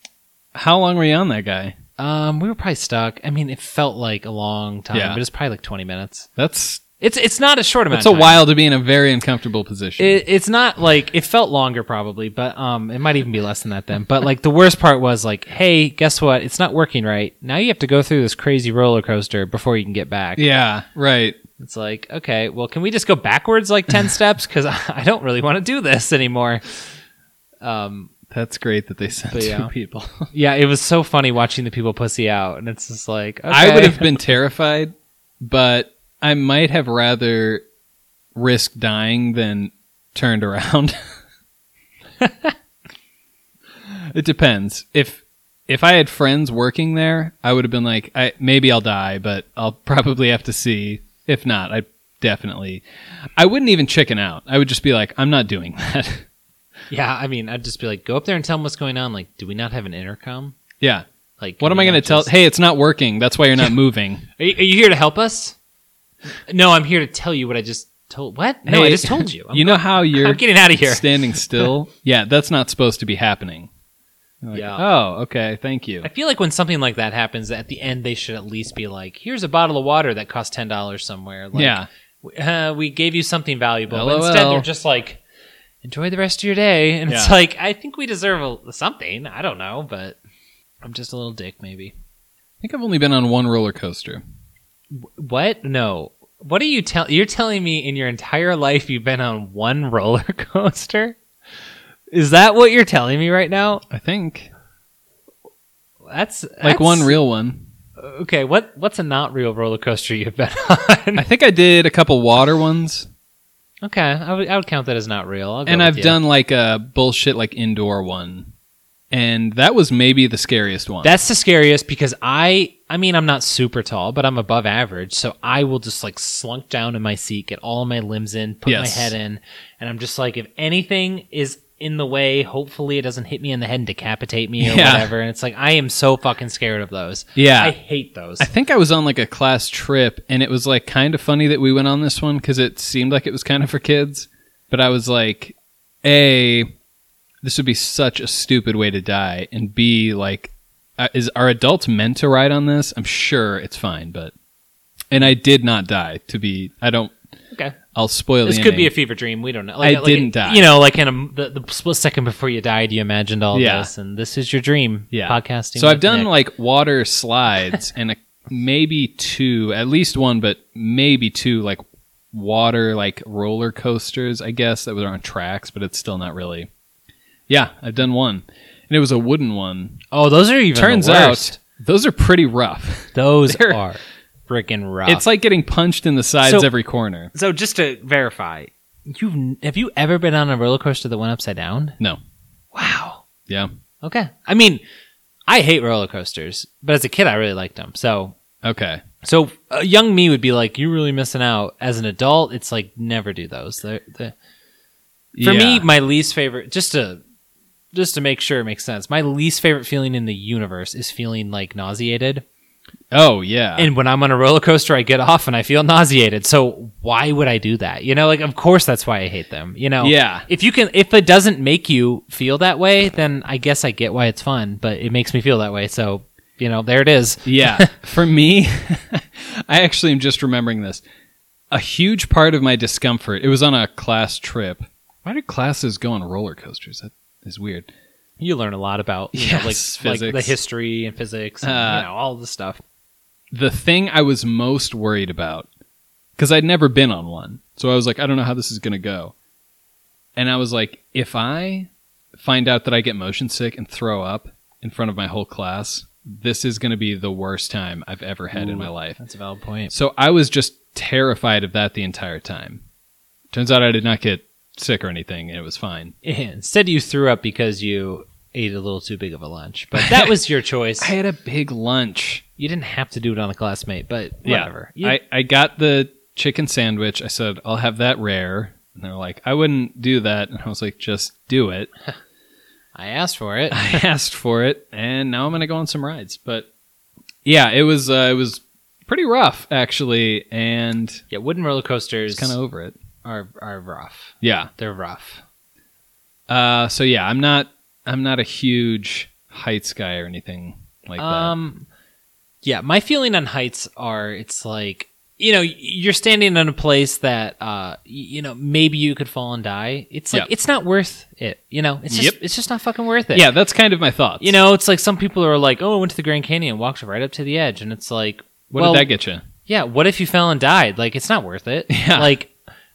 B: How long were you on that guy?
A: um, we were probably stuck. I mean, it felt like a long time,
B: Yeah.
A: but it's probably like twenty minutes.
B: That's
A: It's it's not a short amount.
B: that's a
A: of time.
B: while to be in a very uncomfortable position.
A: It, it's not like it felt longer probably, but um, it might even be less than that then. But like the worst part was like, hey, guess what? It's not working right. Now you have to go through this crazy roller coaster before you can get back.
B: yeah. Right.
A: It's like, okay, well, can we just go backwards like 10 steps? Because I don't really want to do this anymore. Um,
B: That's great that they sent
A: But
B: two
A: yeah.
B: people.
A: yeah, it was so funny watching the people pussy out. And it's just like, okay.
B: I would have been terrified, but I might have rather risk dying than turned around. it depends. If if I had friends working there, I would have been like, I maybe I'll die, but I'll probably have to see. If not, I definitely I wouldn't even chicken out. I would just be like, I'm not doing that.
A: Yeah, I mean, I'd just be like, go up there and tell them what's going on. Like, do we not have an intercom?
B: yeah.
A: Like,
B: What
A: can
B: am I
A: we
B: going to
A: not
B: tell?
A: just-
B: Hey, it's not working. That's why you're not moving.
A: Are you, are you here to help us? No, I'm here to tell you what I just told. What? No, I
B: Hey,
A: just told you. I'm,
B: you know how you're
A: I'm getting out of here.
B: standing still. yeah, that's not supposed to be happening. You're like,
A: Yeah.
B: Oh, okay. Thank you.
A: I feel like when something like that happens, at the end they should at least be like, "Here's a bottle of water that cost ten dollars somewhere." Like,
B: yeah.
A: uh, we gave you something valuable. But
B: LOL.
A: instead, they're just like, enjoy the rest of your day. And it's
B: Yeah.
A: like, I think we deserve a, something. I don't know, but I'm just a little dick, maybe.
B: I think I've only been on one roller coaster.
A: What? No. What are you telling? You're telling me in your entire life you've been on one roller coaster? Is that what you're telling me right now?
B: I think
A: That's,
B: like
A: that's-
B: one real one.
A: Okay, what what's a not real roller coaster you've been on?
B: I think I did a couple water ones,
A: okay, I would I would count that as not real. I'll go
B: and
A: with
B: I've
A: you.
B: done like a bullshit like indoor one, and that was maybe the scariest one.
A: That's the scariest because I I mean I'm not super tall, but I'm above average, so I will just like slunk down in my seat, get all my limbs in, put
B: Yes.
A: my head in, and I'm just like if anything is in the way, hopefully it doesn't hit me in the head and decapitate me or
B: Yeah.
A: whatever. And it's like I am so fucking scared of those.
B: Yeah.
A: I hate those.
B: I think I was on like a class trip, and it was like kind of funny that we went on this one because it seemed like it was kind of for kids. But I was like, A, this would be such a stupid way to die. And B, like, uh, is are adults meant to ride on this? I'm sure it's fine, but. And I did not die, to be. I don't.
A: Okay.
B: I'll spoil
A: This
B: the
A: could be a
B: ending.
A: fever dream. We don't know.
B: I didn't die.
A: You know, like in a, the, the split second before you died, you imagined all
B: Yeah.
A: this, and this is your dream.
B: Yeah.
A: podcasting.
B: So I've
A: with
B: done
A: Nick.
B: like water slides and a, maybe two, at least one, but maybe two like water like roller coasters, I guess, that were on tracks, but it's still not really. Yeah, I've done one. And it was a wooden one.
A: oh, those are even
B: Turns
A: the worst.
B: out those are pretty rough.
A: those
B: they're-
A: are freaking rough.
B: It's like getting punched in the sides
C: So-
B: every corner.
C: So just to verify,
A: you have you ever been on a roller coaster that went upside down?
B: No.
A: Wow.
B: Yeah.
A: Okay. I mean, I hate roller coasters, but as a kid, I really liked them. So,
B: Okay.
A: so a young me would be like, "You're really missing out." As an adult, it's like never do those. They're, they For me,
B: Yeah.
A: my least favorite, just to just to make sure it makes sense, my least favorite feeling in the universe is feeling like nauseated.
B: Oh, yeah.
A: And when I'm on a roller coaster, I get off and I feel nauseated. So why would I do that? You know, like of course that's why I hate them. You know,
B: Yeah.
A: If you can, if it doesn't make you feel that way, then I guess I get why it's fun. But it makes me feel that way. So you know, there it is.
B: Yeah. For me, I actually am just remembering this. A huge part of my discomfort, it was on a class trip. Why do classes go on roller coasters? That is weird.
A: You learn a lot about you know,
B: Yes,
A: like, like
B: physics.
A: the history and physics, and,
B: Uh,
A: you know, all the stuff.
B: The thing I was most worried about, because I'd never been on one. So I was like, I don't know how this is going to go. And I was like, if I find out that I get motion sick and throw up in front of my whole class, this is going to be the worst time I've ever had in my life.
A: That's a valid point.
B: So I was just terrified of that the entire time. Turns out I did not get sick or anything, and it was fine.
A: Instead, you threw up because you ate a little too big of a lunch, but that was your choice.
B: I had a big lunch.
A: you didn't have to do it on a classmate, but
B: Yeah.
A: whatever. You-
B: I, I got the chicken sandwich. I said, I'll have that rare. And they're like, I wouldn't do that. And I was like, just do it.
A: I asked for it.
B: I asked for it, and now I'm going to go on some rides. But yeah, it was uh, it was pretty rough actually, and
A: Yeah, wooden roller coasters
B: just kind of over it.
A: are are rough.
B: Yeah.
A: They're rough.
B: Uh, so yeah, I'm not I'm not a huge heights guy or anything like that.
A: um, yeah, my feeling on heights are it's like you know you're standing in a place that uh y- you know maybe you could fall and die. It's like
B: Yeah.
A: it's not worth it. You know, it's just
B: Yep.
A: it's just not fucking worth it.
B: Yeah, that's kind of my thoughts.
A: You know, it's like some people are like, oh, I went to the Grand Canyon, walked right up to the edge, and it's like,
B: what
A: well,
B: did that get you?
A: Yeah, what if you fell and died? Like, it's not worth it.
B: Yeah.
A: Like,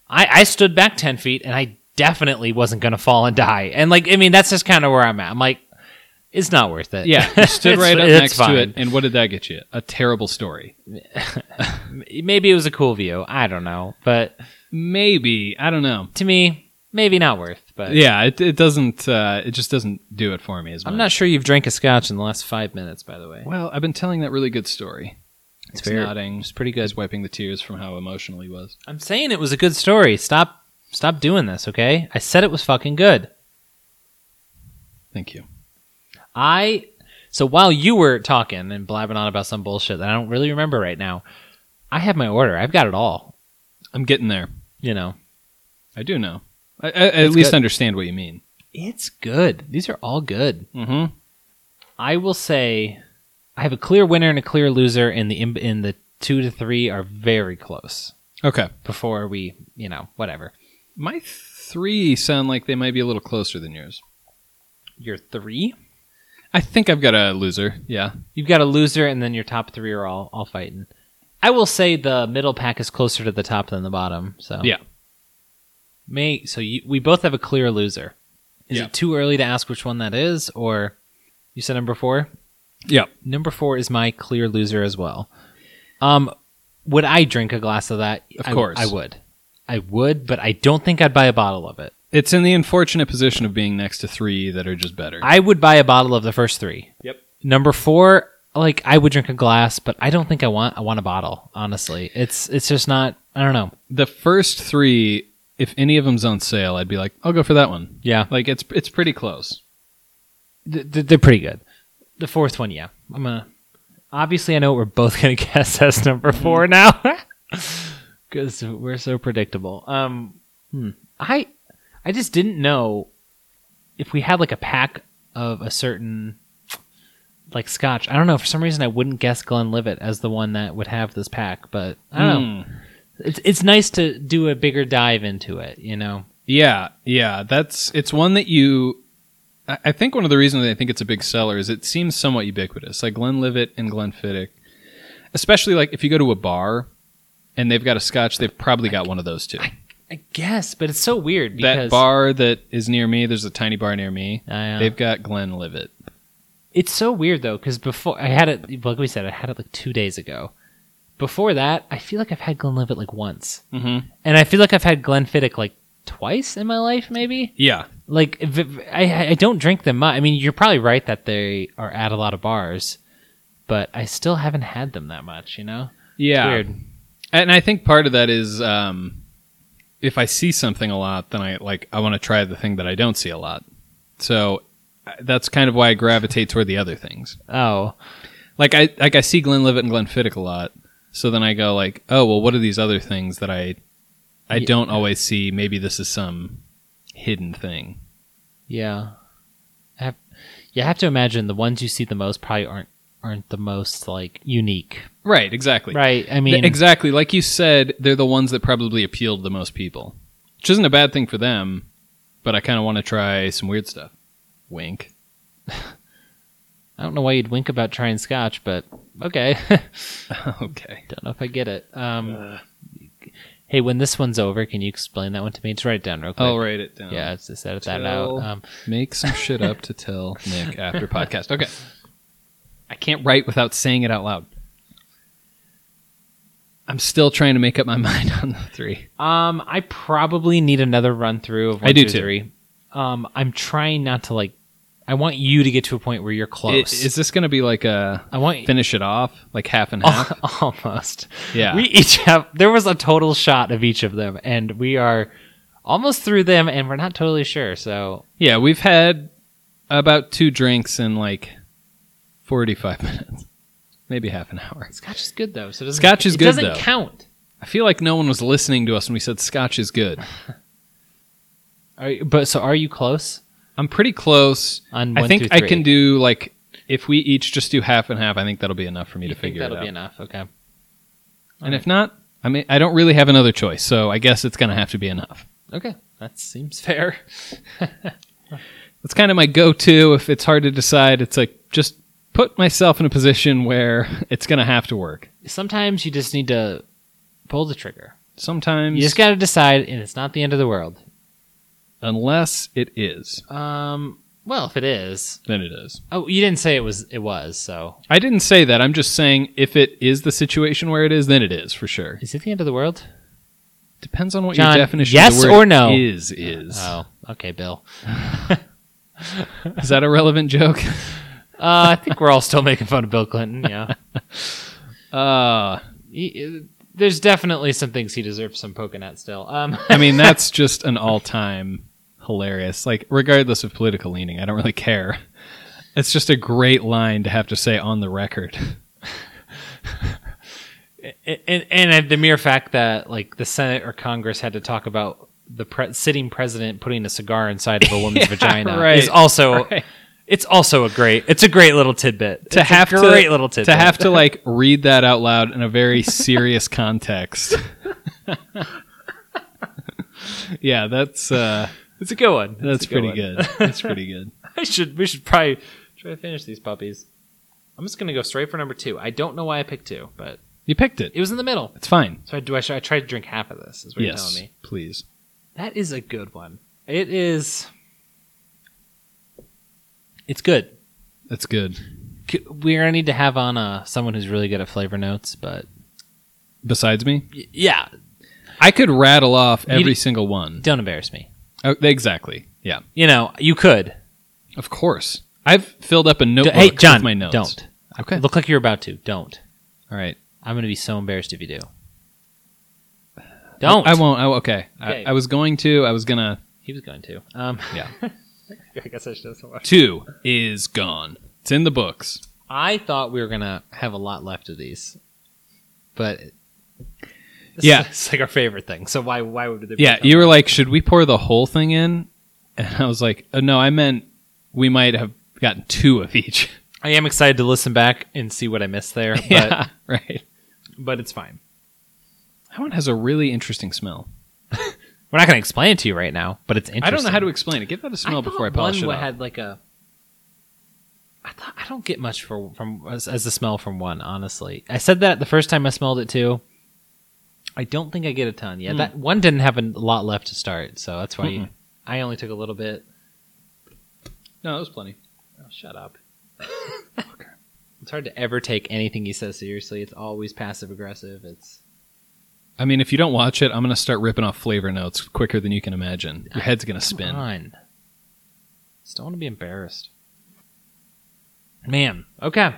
A: I, I stood back 10 feet and I definitely wasn't going to fall and die. And, like, I mean, that's just kind of where I'm at. I'm like, it's not worth it.
B: Yeah, you stood
A: It's-
B: right up
A: it's
B: next
A: fine.
B: to it, and what did that get you? A terrible story.
A: M- Maybe it was a cool view. I don't know. But
B: Maybe I don't know.
A: to me, maybe not worth. But
B: Yeah, it, it doesn't. Uh, it just doesn't do it for me as much.
A: I'm not sure you've drank a scotch in the last five minutes, by the way.
B: Well, I've been telling that really good story. It's,
A: very-
B: nodding.
A: It's pretty good.
B: He's wiping the tears from how emotional he was.
A: I'm saying it was a good story. Stop. Stop doing this, okay? I said it was fucking good.
B: Thank you.
A: I so while you were talking and blabbing on about some bullshit that I don't really remember right now, I have my order. I've got it all.
B: I'm getting there.
A: You know,
B: I do know. I, I, I at least
A: good.
B: understand what you mean.
A: it's good. These are all good.
B: Mm-hmm.
A: I will say, I have a clear winner and a clear loser, and the in, in the two to three are very close.
B: Okay.
A: Before we, you know, whatever.
B: My three sound like they might be a little closer than yours.
A: Your three,
B: I think I've got a loser. Yeah.
A: you've got a loser, and then your top three are all all fighting. I will say the middle pack is closer to the top than the bottom. So
B: Yeah.
A: May so you, we both have a clear loser. Is
B: Yeah.
A: it too early to ask which one that is, or you said number four?
B: Yeah.
A: Number four is my clear loser as well. Um, would I drink a glass of that?
B: Of
A: I-
B: course.
A: I would. I would, but I don't think I'd buy a bottle of it.
B: It's in the unfortunate position of being next to three that are just better.
A: I would buy a bottle of the first three.
B: Yep.
A: Number four, like I would drink a glass, but I don't think I want. I want a bottle. Honestly, it's it's just not. I don't know.
B: the first three, if any of them's on sale, I'd be like, I'll go for that one.
A: Yeah,
B: Like it's it's pretty close.
A: Th- th- they're pretty good. The fourth one, yeah. I'm gonna. Obviously, I know what we're both gonna guess as number four now, because we're so predictable. Um, hmm. I I just didn't know if we had like a pack of a certain like scotch. I don't know. For some reason, I wouldn't guess Glenlivet as the one that would have this pack, but I don't know.
B: Hmm.
A: It's it's nice to do a bigger dive into it. You know,
B: Yeah, yeah. That's it's one that you. I I think one of the reasons I think it's a big seller is it seems somewhat ubiquitous, like Glenlivet and Glenfiddich, especially like if you go to a bar and they've got a Scotch, they've probably got one of those two.
A: I guess, but it's so weird because
B: That bar that is near me, there's a tiny bar near me.
A: I um, know.
B: They've got Glenlivet.
A: It's so weird though, because before I had it, like we said, I had it like two days ago. Before that, I feel like I've had Glenlivet like once,
B: Mm-hmm.
A: and I feel like I've had Glenfiddich like twice in my life, maybe.
B: Yeah,
A: Like v- v- I, I don't drink them much. I mean, you're probably right that they are at a lot of bars, but I still haven't had them that much. You know,
B: yeah.
A: it's weird.
B: And I think part of that is um, if I see something a lot, then I like I want to try the thing that I don't see a lot. So uh, that's kind of why I gravitate toward the other things.
A: Oh,
B: Like I like I see Glenlivet and Glenfiddich a lot, so then I go like, oh well, what are these other things that I I
A: Yeah.
B: don't always see? Maybe this is some hidden thing.
A: yeah. I have, you have to imagine the ones you see the most probably aren't aren't the most like unique,
B: Right, exactly.
A: right? I
B: Th-
A: mean,
B: exactly. Like you said, they're the ones that probably appeal to the most people, which isn't a bad thing for them. But I kind of want to try some weird stuff. Wink.
A: I don't know why you'd wink about trying scotch, but okay.
B: Okay.
A: don't know if I get it. Um, hey, when this onene's over, can you explain that one to me? Just write it down real quick.
B: I'll write it down.
A: yeah, just edit that out.
B: Tell-
A: Um,
B: Make some shit up to tell Nick after podcast. Okay. I can't write without saying it out loud. I'm still trying to make up my mind on the three.
A: um, I probably need another run through of one,
B: I do
A: two,
B: too.
A: three. Um, I'm trying not to like. I want you to get to a point where you're
B: I-
A: close.
B: Is this going to be like a
A: I want
B: finish it off, like half and half?
A: almost.
B: Yeah.
A: Oh, We each have there was a total shot of each of them, and we are almost through them, and we're not totally sure. So
B: yeah, we've had about two drinks in like 45 minutes, maybe half an hour.
A: Scotch is good though. So it doesn't,
B: Scotch is
A: it
B: good,
A: Doesn't
B: though.
A: count.
B: I feel like no one was listening to us when we said scotch is good.
A: Are you, but so are you close
B: I'm pretty close.
A: on one
B: I think
A: through
B: I
A: three?
B: can do like if we each just do half and half. I think that'll be enough for me
A: You
B: to
A: think
B: figure it
A: that'll
B: out.
A: be enough? Okay.
B: and if not, I mean, I don't really have another choice, so I guess it's gonna have to be enough.
A: Okay, that seems fair.
B: That's kind of my go-to if it's hard to decide. It's like just put myself in a position where it's gonna have to work.
A: Sometimes you just need to pull the trigger.
B: Sometimes,
A: You just got to decide, and it's not the end of the world.
B: unless it is,
A: Um. Well, if it is,
B: then it is.
A: oh, you didn't say it was. It was. So,
B: I didn't say that. I'm just saying if it is the situation where it is, then it is for sure.
A: is it the end of the world?
B: Depends on what
A: John,
B: your definition
A: yes
B: of the word
A: or no?
B: is is.
A: Oh, okay, Bill.
B: Is that a relevant joke?
A: Uh, I think we're all still making fun of Bill Clinton. Yeah.
B: Uh
A: He- uh, there's definitely some things he deserves some poking at still. Um.
B: I mean, that's just an all time hilarious. Like, regardless of political leaning, I don't really care. It's just a great line to have to say on the record.
A: and, and the mere fact that like the Senate or Congress had to talk about the pre- sitting president putting a cigar inside of a woman's vagina
B: right,
A: is also
B: right.
A: it's also a great it's a great little tidbit
B: To
A: It's a
B: have to-
A: great little tidbit
B: to have to like read that out loud in a very serious context. yeah, that's uh,
A: it's a good one It's
B: that's
A: a
B: pretty
A: one.
B: good. That's pretty good.
A: I should we should probably try to finish these puppies. I'm just gonna go straight for number two. I don't know why I picked two, but
B: You picked it.
A: it was in the middle.
B: It's fine.
A: So I do I should I try to drink half of this? Is what you're
B: Yes,
A: telling me.
B: please.
A: That is a good one. It is. It's good.
B: That's good.
A: C- we're gonna need to have on uh, someone who's really good at flavor notes, but
B: Besides me,
A: y- yeah,
B: I could rattle off every
A: d-
B: single one.
A: don't embarrass me.
B: Oh, exactly. Yeah.
A: You know, you could.
B: Of course. I've filled up a
A: D-
B: notebook
A: hey, John,
B: with my notes.
A: don't.
B: Okay.
A: Look like you're about to. Don't.
B: All right.
A: I'm gonna be so embarrassed if you do. Don't.
B: I won't. I, okay.
A: Okay.
B: I, I was going to. I was going to.
A: He was going to. Um,
B: Yeah.
A: I guess I should have watched.
B: Two is gone. It's in the books.
A: I thought we were gonna have a lot left of these, but It's-
B: Yeah.
A: it's like our favorite thing. So why why would they?
B: Yeah, you were like, should we pour the whole thing in? And I was like, oh, no, I meant we might have gotten two of each.
A: I am excited to listen back and see what I missed there.
B: yeah, right.
A: but, but it's fine.
B: That one has a really interesting smell.
A: We're not going to explain it to you right now, but it's interesting.
B: I don't know how to explain it. Give that a smell before I
A: thought
B: polish it
A: one
B: up.
A: had like a. I thought I don't get much for from as, as a smell from one. Honestly, I said that the first time I smelled it too. I don't think I get a ton. Yeah,
B: Hmm.
A: that one didn't have a lot left to start, so that's why you,
B: Mm-mm.
A: I only took a little bit.
B: no, that was plenty.
A: Oh, shut up. It's hard to ever take anything he says seriously. It's always passive aggressive. It's
B: I mean, if you don't watch it, I'm going to start ripping off flavor notes quicker than you can imagine. Your head's going to
A: Come
B: spin.
A: on. Just don't want to be embarrassed. Man, okay.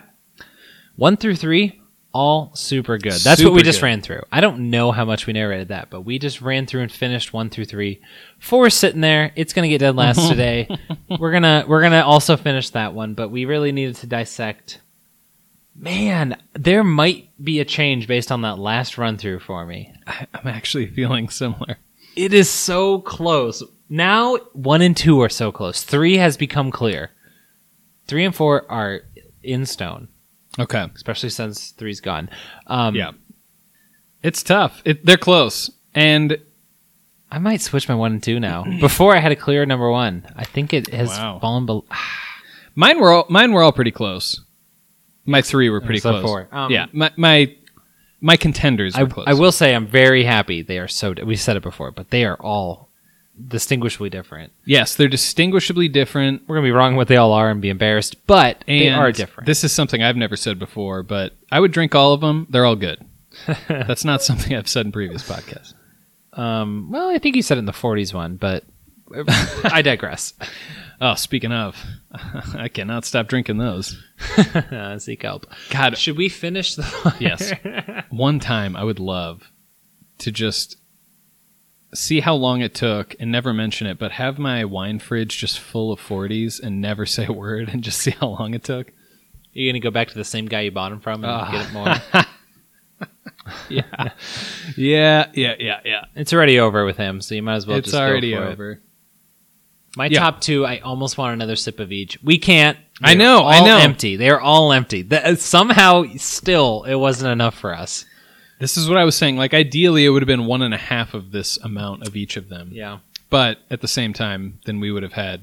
A: One through three, all super good. That's what we
B: Super
A: just
B: good.
A: ran through. I don't know how much we narrated that, but we just ran through and finished one through three. Four's sitting there. It's gonna get dead last today. We're gonna we're gonna also finish that one, but we really needed to dissect. Man, there might be a change based on that last run through for me.
B: I, I'm actually feeling similar.
A: It is so close. Now one and two are so close. Three has become clear. Three and four are in stone,
B: Okay.
A: especially since three's gone. Um,
B: Yeah. It's tough. It, they're close. And
A: I might switch my one and two now. Before I had a clear number one. I think it has
B: Wow.
A: fallen below.
B: mine were all, mine were all pretty close. My three were pretty
A: So
B: close.
A: four. Um,
B: yeah. My, my, my contenders
A: I,
B: were close.
A: I will say I'm very happy they are so. We said it before, but they are all distinguishably different.
B: Yes, they're distinguishably different.
A: We're gonna be wrong what they all are and be embarrassed, but
B: And
A: they are different.
B: This is something I've never said before, but I would drink all of them. They're all good. That's not something I've said in previous podcasts.
A: um, well, I think you said it in the 40s one, but I digress.
B: Oh, speaking of, I cannot stop drinking those.
A: uh, seek help.
B: God,
A: Should we finish the
B: yes. One time I would love to just see how long it took and never mention it, but have my wine fridge just full of 40s and never say a word and just see how long it took.
A: You're gonna go back to the same guy you bought them from and
B: Ah.
A: get it more.
B: Yeah. yeah, yeah, yeah, yeah.
A: it's already over with him, so you might as well.
B: it's
A: just go
B: already
A: for it.
B: over.
A: My
B: Yeah.
A: top two, I almost want another sip of each. We can't.
B: I
A: They're
B: know, I
A: all
B: know.
A: Empty. They are all empty. Th- uh, somehow, still, it wasn't enough for us.
B: This is what I was saying. Like, ideally, it would have been one and a half of this amount of each of them.
A: Yeah.
B: But at the same time, then we would have had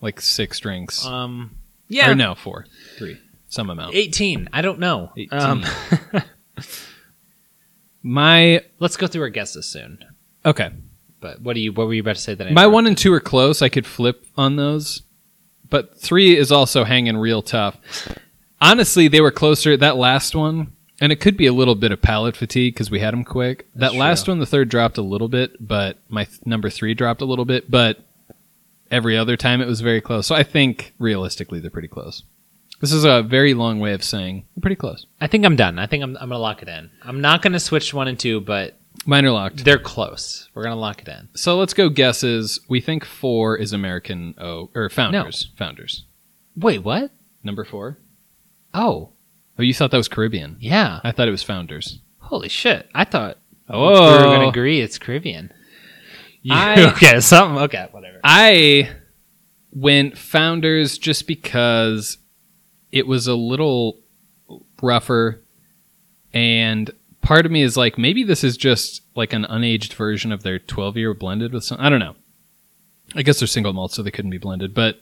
B: like six drinks.
A: Um.
B: Or
A: Yeah.
B: no, four, three, some amount.
A: Eighteen. I don't know.
B: 18.
A: Um,
B: my,
A: let's go through our guesses soon.
B: okay.
A: But what do you? What were you about to say? That I
B: My
A: interrupted?
B: one and two are close. I could flip on those. But three is also hanging real tough. Honestly, they were closer. That last one, and it could be a little bit of palate fatigue because we had them quick.
A: That's
B: that last
A: true.
B: one, the third dropped a little bit, but my th- number three dropped a little bit. But every other time it was very close. So I think realistically, they're pretty close. This is a very long way of saying they're pretty close.
A: I think I'm done. I think I'm. I'm gonna lock it in. I'm not gonna switch one and two, but
B: Mine are locked.
A: they're close. We're gonna lock it in.
B: So let's go guesses. We think four is American O or founders. Founders
A: Wait, what?
B: number four.
A: Oh,
B: Oh, you thought that was Caribbean.
A: yeah.
B: I thought it was Founders.
A: Holy shit. I thought we were
B: Oh,
A: going to agree it's Caribbean. You-
B: I-
A: okay, something. Okay, whatever.
B: I went Founders just because it was a little rougher, and part of me is like, maybe this is just like an unaged version of their twelve-year blended with some. I don't know. I guess they're single malt, so they couldn't be blended, but.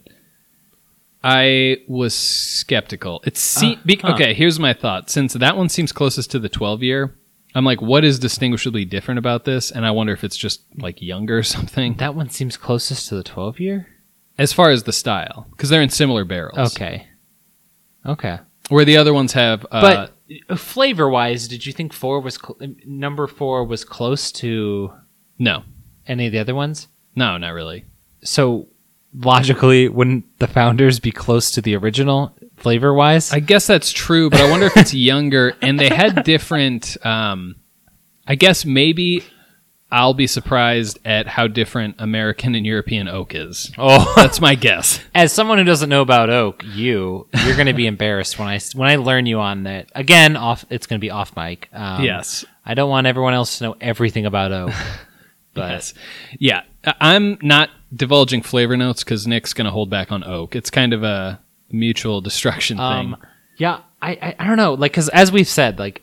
B: I was skeptical. It's se-
A: Ah,
B: be-
A: huh.
B: okay. Here's my thought. Since that one seems closest to the 12 year, I'm like, what is distinguishably different about this? And I wonder if it's just like younger or something.
A: That one seems closest to the 12 year.
B: as far as the style, because they're in similar barrels.
A: Okay. Okay.
B: Where the other ones have, uh,
A: But flavor wise, did you think four was cl- uh, number four was close to
B: no,
A: any of the other ones?
B: no, not really.
A: So logically, wouldn't the founders be close to the original flavor wise?
B: I guess that's true, but I wonder if it's younger and they had different. Um, I guess maybe I'll be surprised at how different American and European oak is.
A: Oh,
B: That's my guess.
A: as someone who doesn't know about oak, you you're going to be embarrassed when I when I learn you on that. Again, off it's going to be off mic. Um,
B: yes,
A: I don't want everyone else to know everything about oak. But
B: Yes. Yeah. I- I'm not divulging flavor notes because Nick's going to hold back on oak. It's kind of a mutual destruction
A: um,
B: thing.
A: yeah, I, I I don't know, like because as we've said, like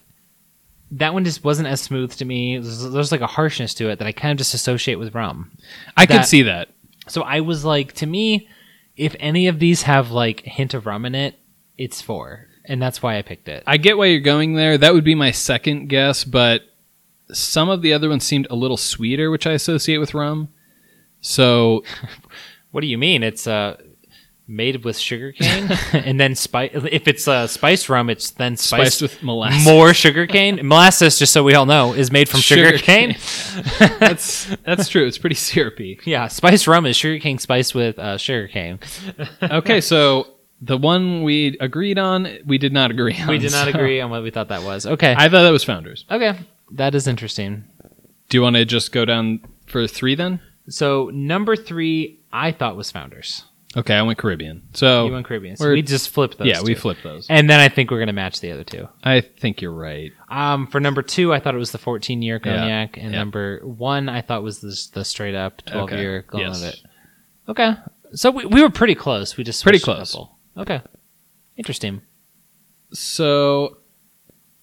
A: that one just wasn't as smooth to me. There's, there's like a harshness to it that I kind of just associate with rum.
B: I could
A: that-
B: see that.
A: So I was like, to me, if any of these have like a hint of rum in it, it's four, and that's why I picked it.
B: I get why you're going there. That would be my second guess, but some of the other ones seemed a little sweeter, which I associate with rum. So
A: What do you mean? It's uh made with sugar cane and then spice. If it's uh, spiced rum, it's then
B: spiced
A: spiced,
B: with molasses.
A: more sugar cane. Molasses, just so we all know, is made from sugar, cane.
B: that's that's true. It's pretty syrupy.
A: Yeah, spiced rum is sugar cane spiced with uh, sugar cane.
B: Okay, so the one we agreed on, we did not agree on.
A: We did not
B: so-
A: agree on what we thought that was. Okay,
B: I thought that was Founders.
A: okay, that is interesting.
B: Do you want to just go down for three then?
A: So number three, I thought was Founders.
B: Okay, I went Caribbean. So
A: you went Caribbean. So
B: Oh. we're-
A: we just flipped those.
B: yeah, we
A: two.
B: flipped those.
A: And then I think we're gonna match the other two.
B: I think you're right.
A: Um, for number two, I thought it was the 14 year
B: Yeah.
A: cognac, and
B: Yeah.
A: number one, I thought was the, the straight up 12
B: Okay.
A: year
B: Yes.
A: Glenlivet. Okay, so we, we were pretty close. We just
B: Pretty
A: switched a
B: close.
A: couple. Okay, interesting.
B: So,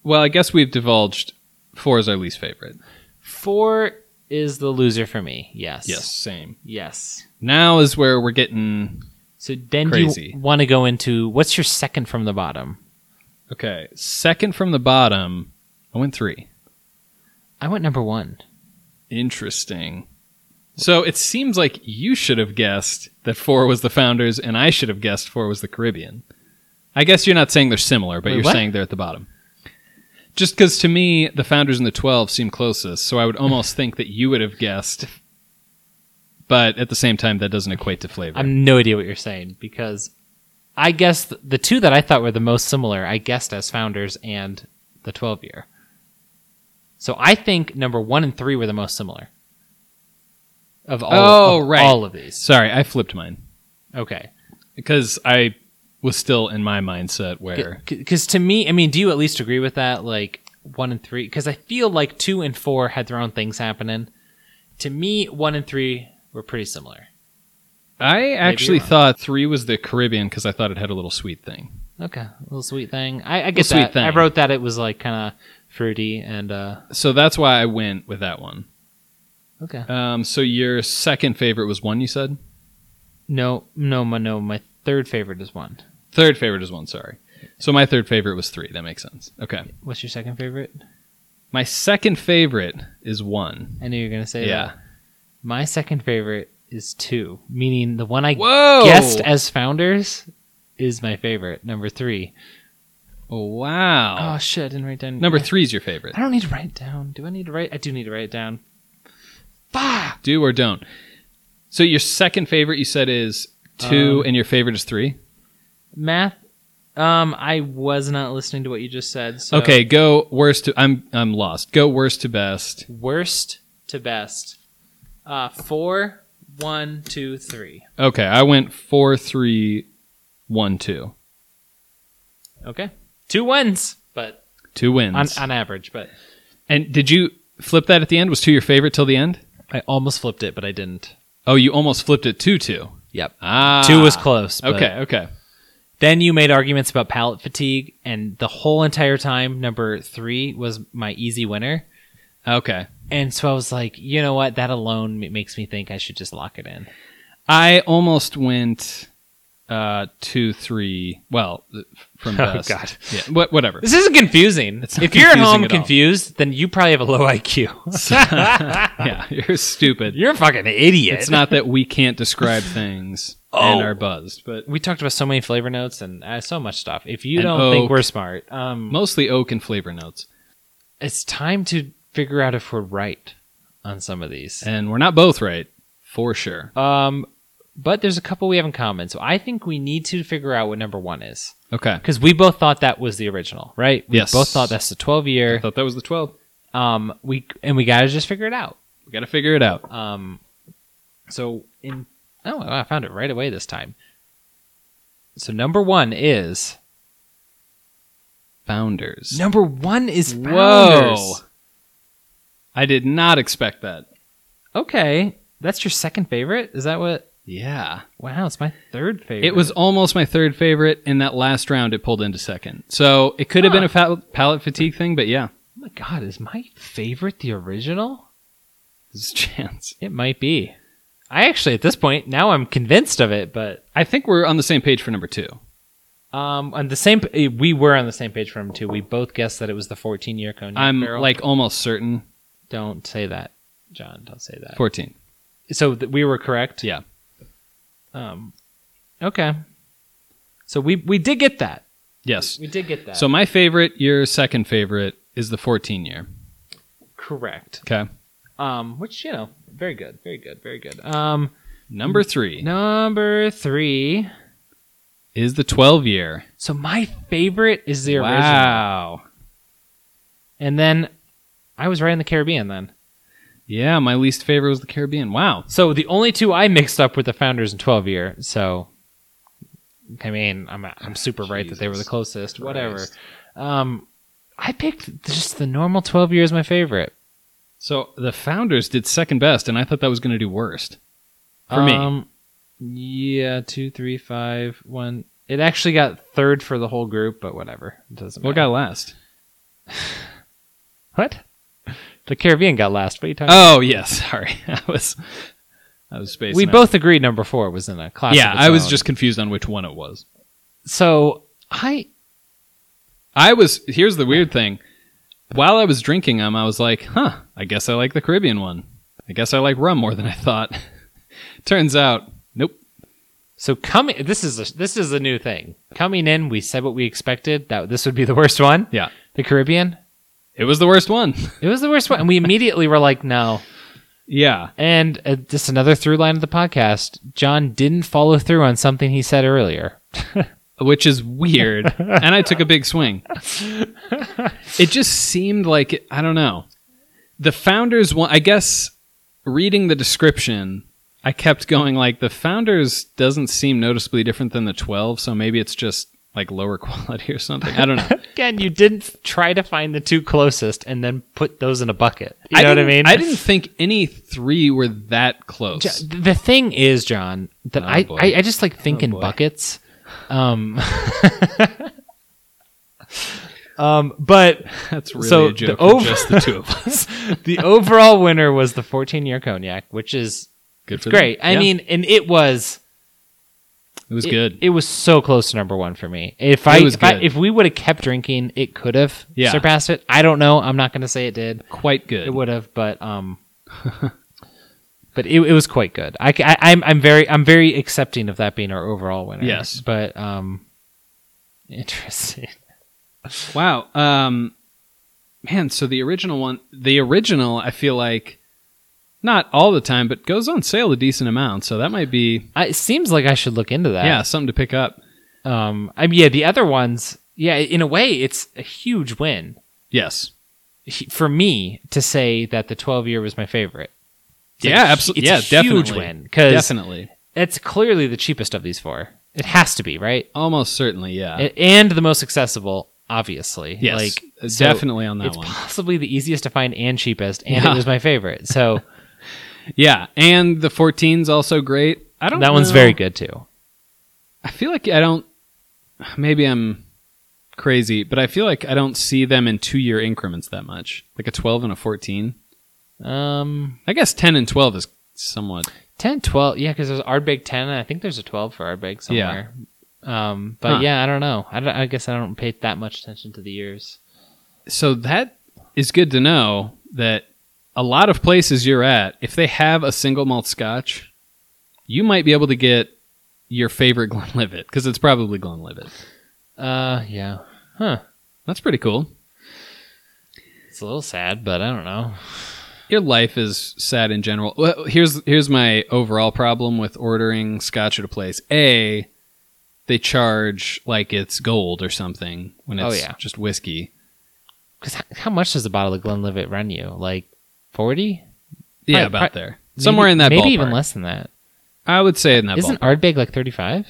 B: well, I guess we've divulged four is our least favorite.
A: Four is the loser for me. Yes.
B: same.
A: Yes.
B: Now is where we're getting.
A: So then
B: Crazy.
A: you want to go into what's your second from the bottom?
B: Okay, second from the bottom, I went three.
A: I went number one.
B: Interesting. So it seems like you should have guessed that four was the founders, and I should have guessed four was the Caribbean. I guess you're not saying they're similar, but
A: Wait,
B: you're
A: what?
B: saying they're at the bottom. Just because to me, the founders and the 12 seem closest, so I would almost think that you would have guessed. But at the same time, that doesn't equate to flavor.
A: I have no idea what you're saying because I guess the two that I thought were the most similar, I guessed as founders and the 12 year. So I think number one and three were the most similar of all,
B: Oh,
A: of
B: right.
A: all of these.
B: Sorry, I flipped mine
A: Okay.
B: because I was still in my mindset where
A: Because to me, I mean, do you at least agree with that? Like one and three? Because I feel like two and four had their own things happening. To me, one and three were pretty similar.
B: I actually
A: wrong.
B: thought three was the Caribbean because I thought it had a little sweet thing.
A: Okay. little sweet thing. I, I get
B: sweet
A: that. I
B: thing.
A: wrote that it was like kind of fruity and, uh,
B: So that's why I went with that one.
A: okay.
B: Um, so your second favorite was one you said.
A: No, no, my no, my third favorite is one.
B: Third favorite is one. Sorry. So my third favorite was three. That makes sense. Okay.
A: What's your second favorite?
B: My second favorite is one.
A: I knew you were gonna say
B: Yeah.
A: that. My second favorite is two, meaning the one I
B: Whoa.
A: guessed as founders is my favorite. Number three. Oh,
B: wow.
A: shit! I didn't write down
B: Oh. Number
A: I-
B: three is your favorite.
A: I don't need to write it down. Do I need to write? I do need to write it down.
B: Do or don't. So your second favorite you said is two,
A: Um,
B: and your favorite is three.
A: Math. Um, I was not listening to what you just said. So
B: Okay. Go worst to. I'm I'm lost. Go worst to best.
A: Worst to best. Uh, four, one, two, three.
B: Okay. I went four, three, one, two.
A: Okay, two wins, but
B: Two wins.
A: on, on average, but.
B: and did you flip that at the end? Was two your favorite till the end?
A: I almost flipped it, but I didn't.
B: Oh, you almost flipped it two two.
A: Yep.
B: Ah,
A: Two was close. but-
B: Okay, okay.
A: Then you made arguments about palate fatigue, and the whole entire time, number three was my easy winner.
B: Okay.
A: And so I was like, you know what? That alone m- makes me think I should just lock it in.
B: I almost went uh two three well th- from
A: Oh,
B: best.
A: God.
B: Yeah. What whatever.
A: This isn't confusing.
B: It's not
A: if you're at
B: confusing
A: home
B: at all.
A: confused, then you probably have a low IQ.
B: yeah, you're stupid.
A: you're a fucking idiot.
B: It's not that we can't describe things and
A: Oh.
B: are buzzed, but
A: We talked about so many flavor notes and uh, so much stuff. If you
B: And
A: don't think
B: oak.
A: we're smart, um,
B: mostly oak and flavor notes.
A: it's time to figure out if we're right on some of these.
B: And we're not both right, for sure.
A: Um, but there's a couple we have in common. So I think we need to figure out what number one is
B: Okay.
A: because we both thought that was the original, right? We
B: Yes.
A: both thought that's the 12
B: I
A: year.
B: thought that was the twelve.
A: Um, we and we gotta just figure it out.
B: We gotta figure it out.
A: Um, so in oh, I found it right away this time. So number one is
B: Founders.
A: number one is
B: Whoa.
A: founders.
B: I did not expect that.
A: Okay, that's your second favorite. Is that what?
B: Yeah.
A: Wow, it's my third favorite.
B: It was almost my third favorite. In that last round, it pulled into second. So it could have been a pal- palette fatigue thing, but yeah,
A: Oh my god, is my favorite the original?
B: there's a chance.
A: It might be. I actually, at this point, now I'm convinced of it. But
B: I think we're on the same page for number two.
A: um, on the same, eh, we were on the same page from too. We both guessed that it was the 14 year cognac.
B: I'm
A: barrel.
B: like almost certain
A: don't say that, John. Don't say that.
B: 14.
A: so th- we were correct.
B: Yeah.
A: Um, okay. So we we did get that.
B: Yes.
A: We did get that.
B: So my favorite, your second favorite, is the 14 year.
A: correct.
B: Okay.
A: Um, which you know, very good, very good, very good. Um,
B: Number three
A: number three.
B: is the 12 year.
A: So my favorite is the original,
B: Wow.
A: and then I was right in the Caribbean then.
B: Yeah, my least favorite was the Caribbean. Wow.
A: So the only two I mixed up were the founders and twelve year. So I mean, I'm I'm super right that they were the
B: Jesus
A: closest. Whatever.
B: Christ.
A: Um, I picked just the normal twelve year as my favorite
B: So the founders did second best, and I thought that was going to do worst for me.
A: me. Um, Yeah, two, three, five, one. It actually got third for the whole group, but whatever. It doesn't
B: What
A: matter.
B: got last?
A: what? The Caribbean got last. What are you talking?
B: Oh yes, sorry. I was I was spacing.
A: about? We
B: out.
A: both agreed number four was in a class.
B: Yeah,
A: of its
B: I was
A: own.
B: just confused on which one it was.
A: so I
B: I was here's the weird thing. While I was drinking them, I was like, "Huh, I guess I like the Caribbean one. I guess I like rum more than I thought." Turns out, nope.
A: So coming, this is a, this is a new thing. Coming in, we said what we expected that this would be the worst one.
B: Yeah.
A: the Caribbean.
B: It was the worst one.
A: It was the worst one, and we immediately were like, no.
B: yeah.
A: And uh, just another through line of the podcast: John didn't follow through on something he said earlier.
B: which is weird. and I took a big swing. It just seemed like it, I don't know. The founders one, I guess reading the description, I kept going like the founders doesn't seem noticeably different than the 12, so maybe it's just like lower quality or something. I don't know.
A: Again, you didn't f- try to find the two closest and then put those in a bucket. You know what I
B: didn't-
A: mean?
B: I didn't think any three were that close.
A: Jo- The thing is, John, that
B: Oh,
A: I,
B: boy.
A: I I just like think in
B: boy.
A: buckets. Um, um, but
B: That's really
A: so
B: a
A: the
B: joke for
A: over-
B: just the two of us.
A: the overall winner was the 14 year cognac, which is
B: Good for them.
A: great. I
B: Yeah,
A: mean, and it was
B: it was
A: it,
B: good.
A: It was so close to number one for me. If I,
B: was
A: if, I
B: good.
A: if we would have kept drinking, it could have
B: Yeah.
A: surpassed it. I don't know. I'm not going to say it did.
B: Quite good.
A: It would have, but um, but it, it was quite good. I, ca- I am I'm very I'm very accepting of that being our overall winner.
B: Yes.
A: but um, interesting.
B: Wow. Um, man, so the original one, the original, I feel like not all the time, but goes on sale a decent amount. So that might be,
A: I, it seems like I should look into that.
B: yeah, something to pick up.
A: Um, I mean, yeah, the other ones, yeah, in a way, it's a huge win
B: Yes.
A: he- for me to say that the 12 year was my favorite. It's
B: yeah,
A: like a hu-
B: absolutely.
A: It's
B: Yeah,
A: a
B: definitely.
A: huge win because
B: Definitely.
A: it's clearly the cheapest of these four. It has to be, right?
B: Almost certainly, yeah.
A: A- and the most accessible, obviously.
B: yes. Uh,
A: Like, so
B: definitely on that
A: It's
B: one.
A: possibly the easiest to find and cheapest, and
B: Yeah.
A: it was my favorite. So
B: yeah. And the 14's also great. I don't
A: that one's
B: know.
A: very good too.
B: I feel like I don't. Maybe I'm crazy, but I feel like I don't see them in two year increments that much. Like a 12 and a 14.
A: Um,
B: I guess 10 and 12 is somewhat
A: 10, 12. Yeah, because there's Ardbeg 10, and I think there's a 12 for Ardbeg somewhere. Um, but
B: Huh.
A: yeah, I don't know. I, don't- I guess I don't pay that much attention to the years.
B: so that is good to know that a lot of places you're at, if they have a single malt scotch, you might be able to get your favorite Glenlivet because it's probably Glenlivet.
A: Uh, yeah.
B: That's pretty cool.
A: It's a little sad, but I don't know.
B: Your life is sad in general. Well, here's here's my overall problem with ordering scotch at a place. A, they charge like it's gold or something when
A: Oh,
B: it's
A: yeah.
B: just whiskey.
A: Because how much does a bottle of Glenlivet run you? Like 40?
B: Yeah,
A: Right,
B: about
A: right.
B: there. Somewhere in that
A: Maybe
B: ballpark.
A: even less than that.
B: I would say in that
A: Isn't
B: ballpark.
A: Ardbeg like 35?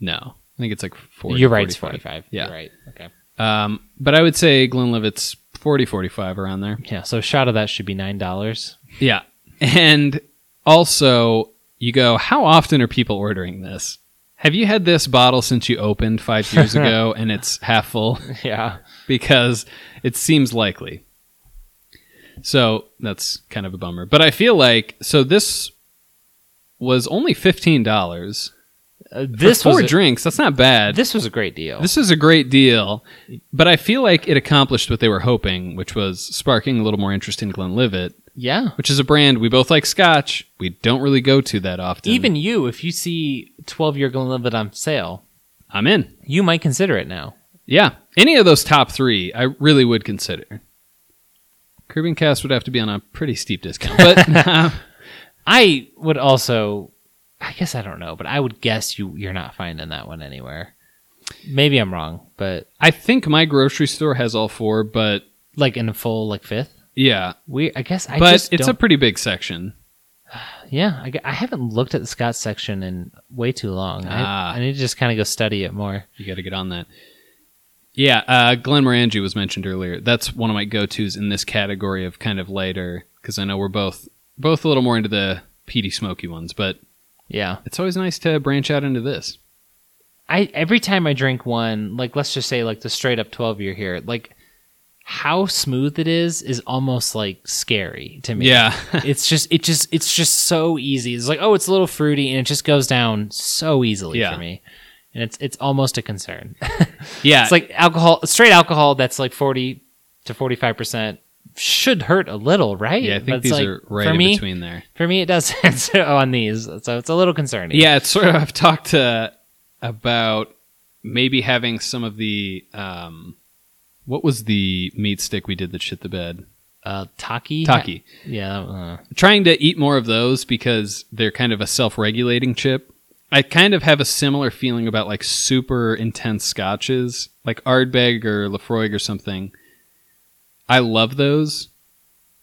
B: No, I think it's like 40.
A: You're right, it's
B: 45.
A: 45.
B: Yeah.
A: You're right. Okay.
B: Um, but I would say Glenlivet's 40 45 around there.
A: Yeah, so a shot of that should be nine dollars.
B: Yeah. And also, you go, how often are people ordering this? Have you had this bottle since you opened five years ago and it's half full?
A: Yeah,
B: Because it seems likely. So that's kind of a bummer. But I feel like, so this was only $15.
A: uh,
B: This
A: this
B: four
A: was a,
B: drinks, that's not bad.
A: Uh, this was a great deal.
B: This is a great deal, but I feel like it accomplished what they were hoping, which was sparking a little more interest in Glenlivet,
A: yeah,
B: which is a brand we both like Scotch. We don't really go to that often.
A: even you, if you see twelve year Glenlivet on sale,
B: I'm in.
A: you might consider it now.
B: Yeah, any of those top three, I really would consider. Caribbean Cast would have to be on a pretty steep discount, but uh,
A: I would also, I guess I don't know, but I would guess you you're not finding that one anywhere. Maybe I'm wrong, but
B: I think my grocery store has all four. But
A: like in a full like fifth,
B: yeah,
A: we I guess I
B: but
A: just
B: it's a
A: don't,
B: pretty big section.
A: yeah. I, gu- I haven't looked at the Scott section in way too long.
B: Ah.
A: I, I need to just kind of go study it more.
B: You got to get on that. Yeah, uh, Glenn Morangi was mentioned earlier. That's one of my go-tos in this category of kind of lighter because I know we're both both a little more into the peaty smoky ones, but
A: Yeah.
B: it's always nice to branch out into this.
A: I every time I drink one, like let's just say like the straight up twelve year here, like how smooth it is is almost like scary to me.
B: Yeah,
A: it's just it just it's just so easy. It's like oh, it's a little fruity, and it just goes down so easily
B: Yeah. Uh,
A: for me. And it's it's almost a concern.
B: yeah.
A: it's like alcohol, straight alcohol that's like forty to forty five percent should hurt a little, right?
B: yeah, I think
A: But it's
B: these
A: like,
B: are right
A: for
B: in
A: me.
B: between there.
A: For me, it doesn't so, on these, so it's a little concerning.
B: Yeah, it's sort of. I've talked uh, about maybe having some of the um, what was the meat stick we did that shit the bed
A: uh, taki,
B: taki.
A: yeah, uh,
B: trying to eat more of those because they're kind of a self-regulating chip. I kind of have a similar feeling about like super intense scotches, like Ardbeg or Lafroig or something. I love those,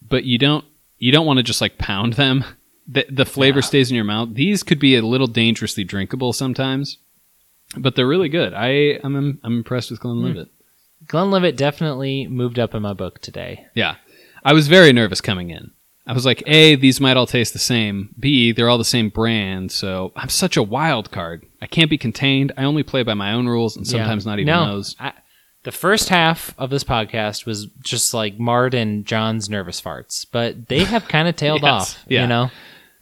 B: but you don't you don't want to just like pound them. The, the flavor
A: Yeah.
B: stays in your mouth. These could be a little dangerously drinkable sometimes, but they're really good. I I'm I'm impressed with Glenlivet.
A: Glenlivet definitely moved up in my book today.
B: Yeah. I was very nervous coming in. I was like, A, these might all taste the same. B, they're all the same brand, so I'm such a wild card. I can't be contained. I only play by my own rules and sometimes
A: Yeah.
B: not even
A: No,
B: those.
A: I, the first half of this podcast was just like marred in John's nervous farts, but they have kind of tailed
B: Yes,
A: off.
B: yeah.
A: You know,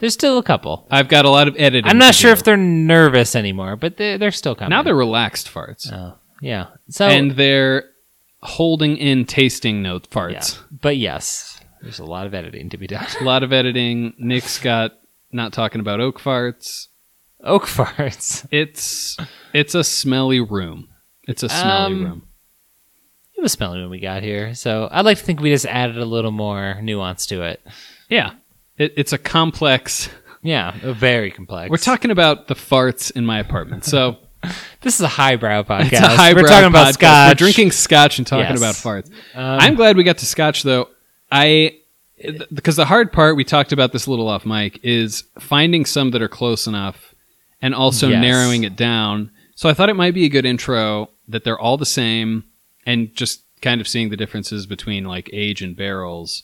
A: there's still a couple.
B: I've got a lot of editing.
A: I'm not
B: to
A: sure
B: do.
A: if they're nervous anymore, but they, they're still coming.
B: now they're relaxed farts.
A: Oh, yeah. So,
B: and they're holding in tasting note farts.
A: yeah. but yes, there's a lot of editing to be done.
B: A lot of editing. Nick's got not talking about oak farts.
A: Oak farts.
B: It's it's a smelly room. It's a smelly
A: Um,
B: room.
A: It was smelly when we got here, so I'd like to think we just added a little more nuance to it.
B: Yeah. It, it's a complex
A: Yeah, very complex.
B: We're talking about the farts in my apartment. So
A: This is a highbrow podcast.
B: it's a highbrow
A: We're talking about
B: podcast.
A: scotch.
B: We're drinking scotch and talking
A: Yes.
B: about farts.
A: Um,
B: I'm glad we got to scotch though. I because the hard part we talked about this a little off mic is finding some that are close enough and also
A: Yes.
B: narrowing it down. So I thought it might be a good intro that they're all the same and just kind of seeing the differences between like age and barrels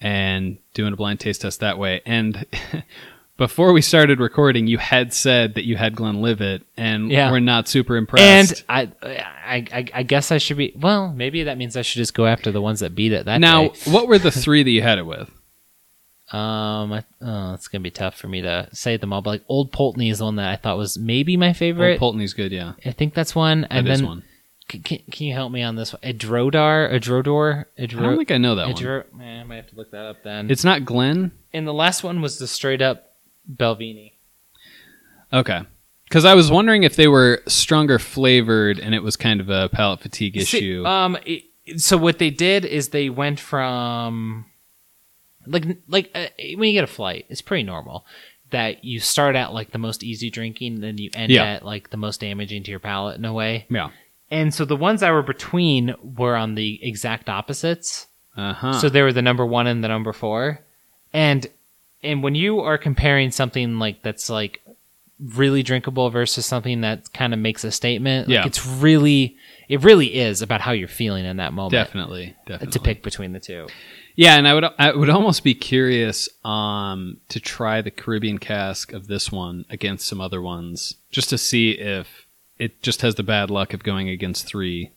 B: and doing a blind taste test that way. And before we started recording, you had said that you had Glenlivet and
A: Yeah.
B: we're not super impressed.
A: And I, I, I, I guess I should be. Well, maybe that means I should just go after the ones that beat it. That
B: now,
A: day.
B: what were the three that you had it with?
A: um, I, oh, it's gonna be tough for me to say them all. But like Old Pulteney is the one that I thought was maybe my favorite.
B: Old Pulteney's good, yeah.
A: I think that's one.
B: That
A: And
B: is
A: then
B: one.
A: c- Can, can you help me on this one? Edrodar, Edrodor,
B: I don't
A: Edro.
B: think I know that one.
A: Edro. Man, I might have to look that up then.
B: It's not Glenn.
A: and the last one was the straight up Belvini.
B: Okay. Because I was wondering if they were stronger flavored and it was kind of a palate fatigue
A: See,
B: issue.
A: um, it- so what they did is they went from like like uh, when you get a flight, it's pretty normal that you start at like the most easy drinking, then you end
B: Yeah.
A: at like the most damaging to your palate in a way.
B: yeah.
A: And so the ones that were between were on the exact opposites.
B: Uh huh.
A: So they were the number one and the number four. And and when you are comparing something like that's like really drinkable versus something that kind of makes a statement.
B: Yeah.
A: Like it's really it really is about how you're feeling in that moment.
B: Definitely, definitely.
A: To pick between the two.
B: Yeah, and I would I would almost be curious um to try the Caribbean cask of this one against some other ones just to see if it just has the bad luck of going against three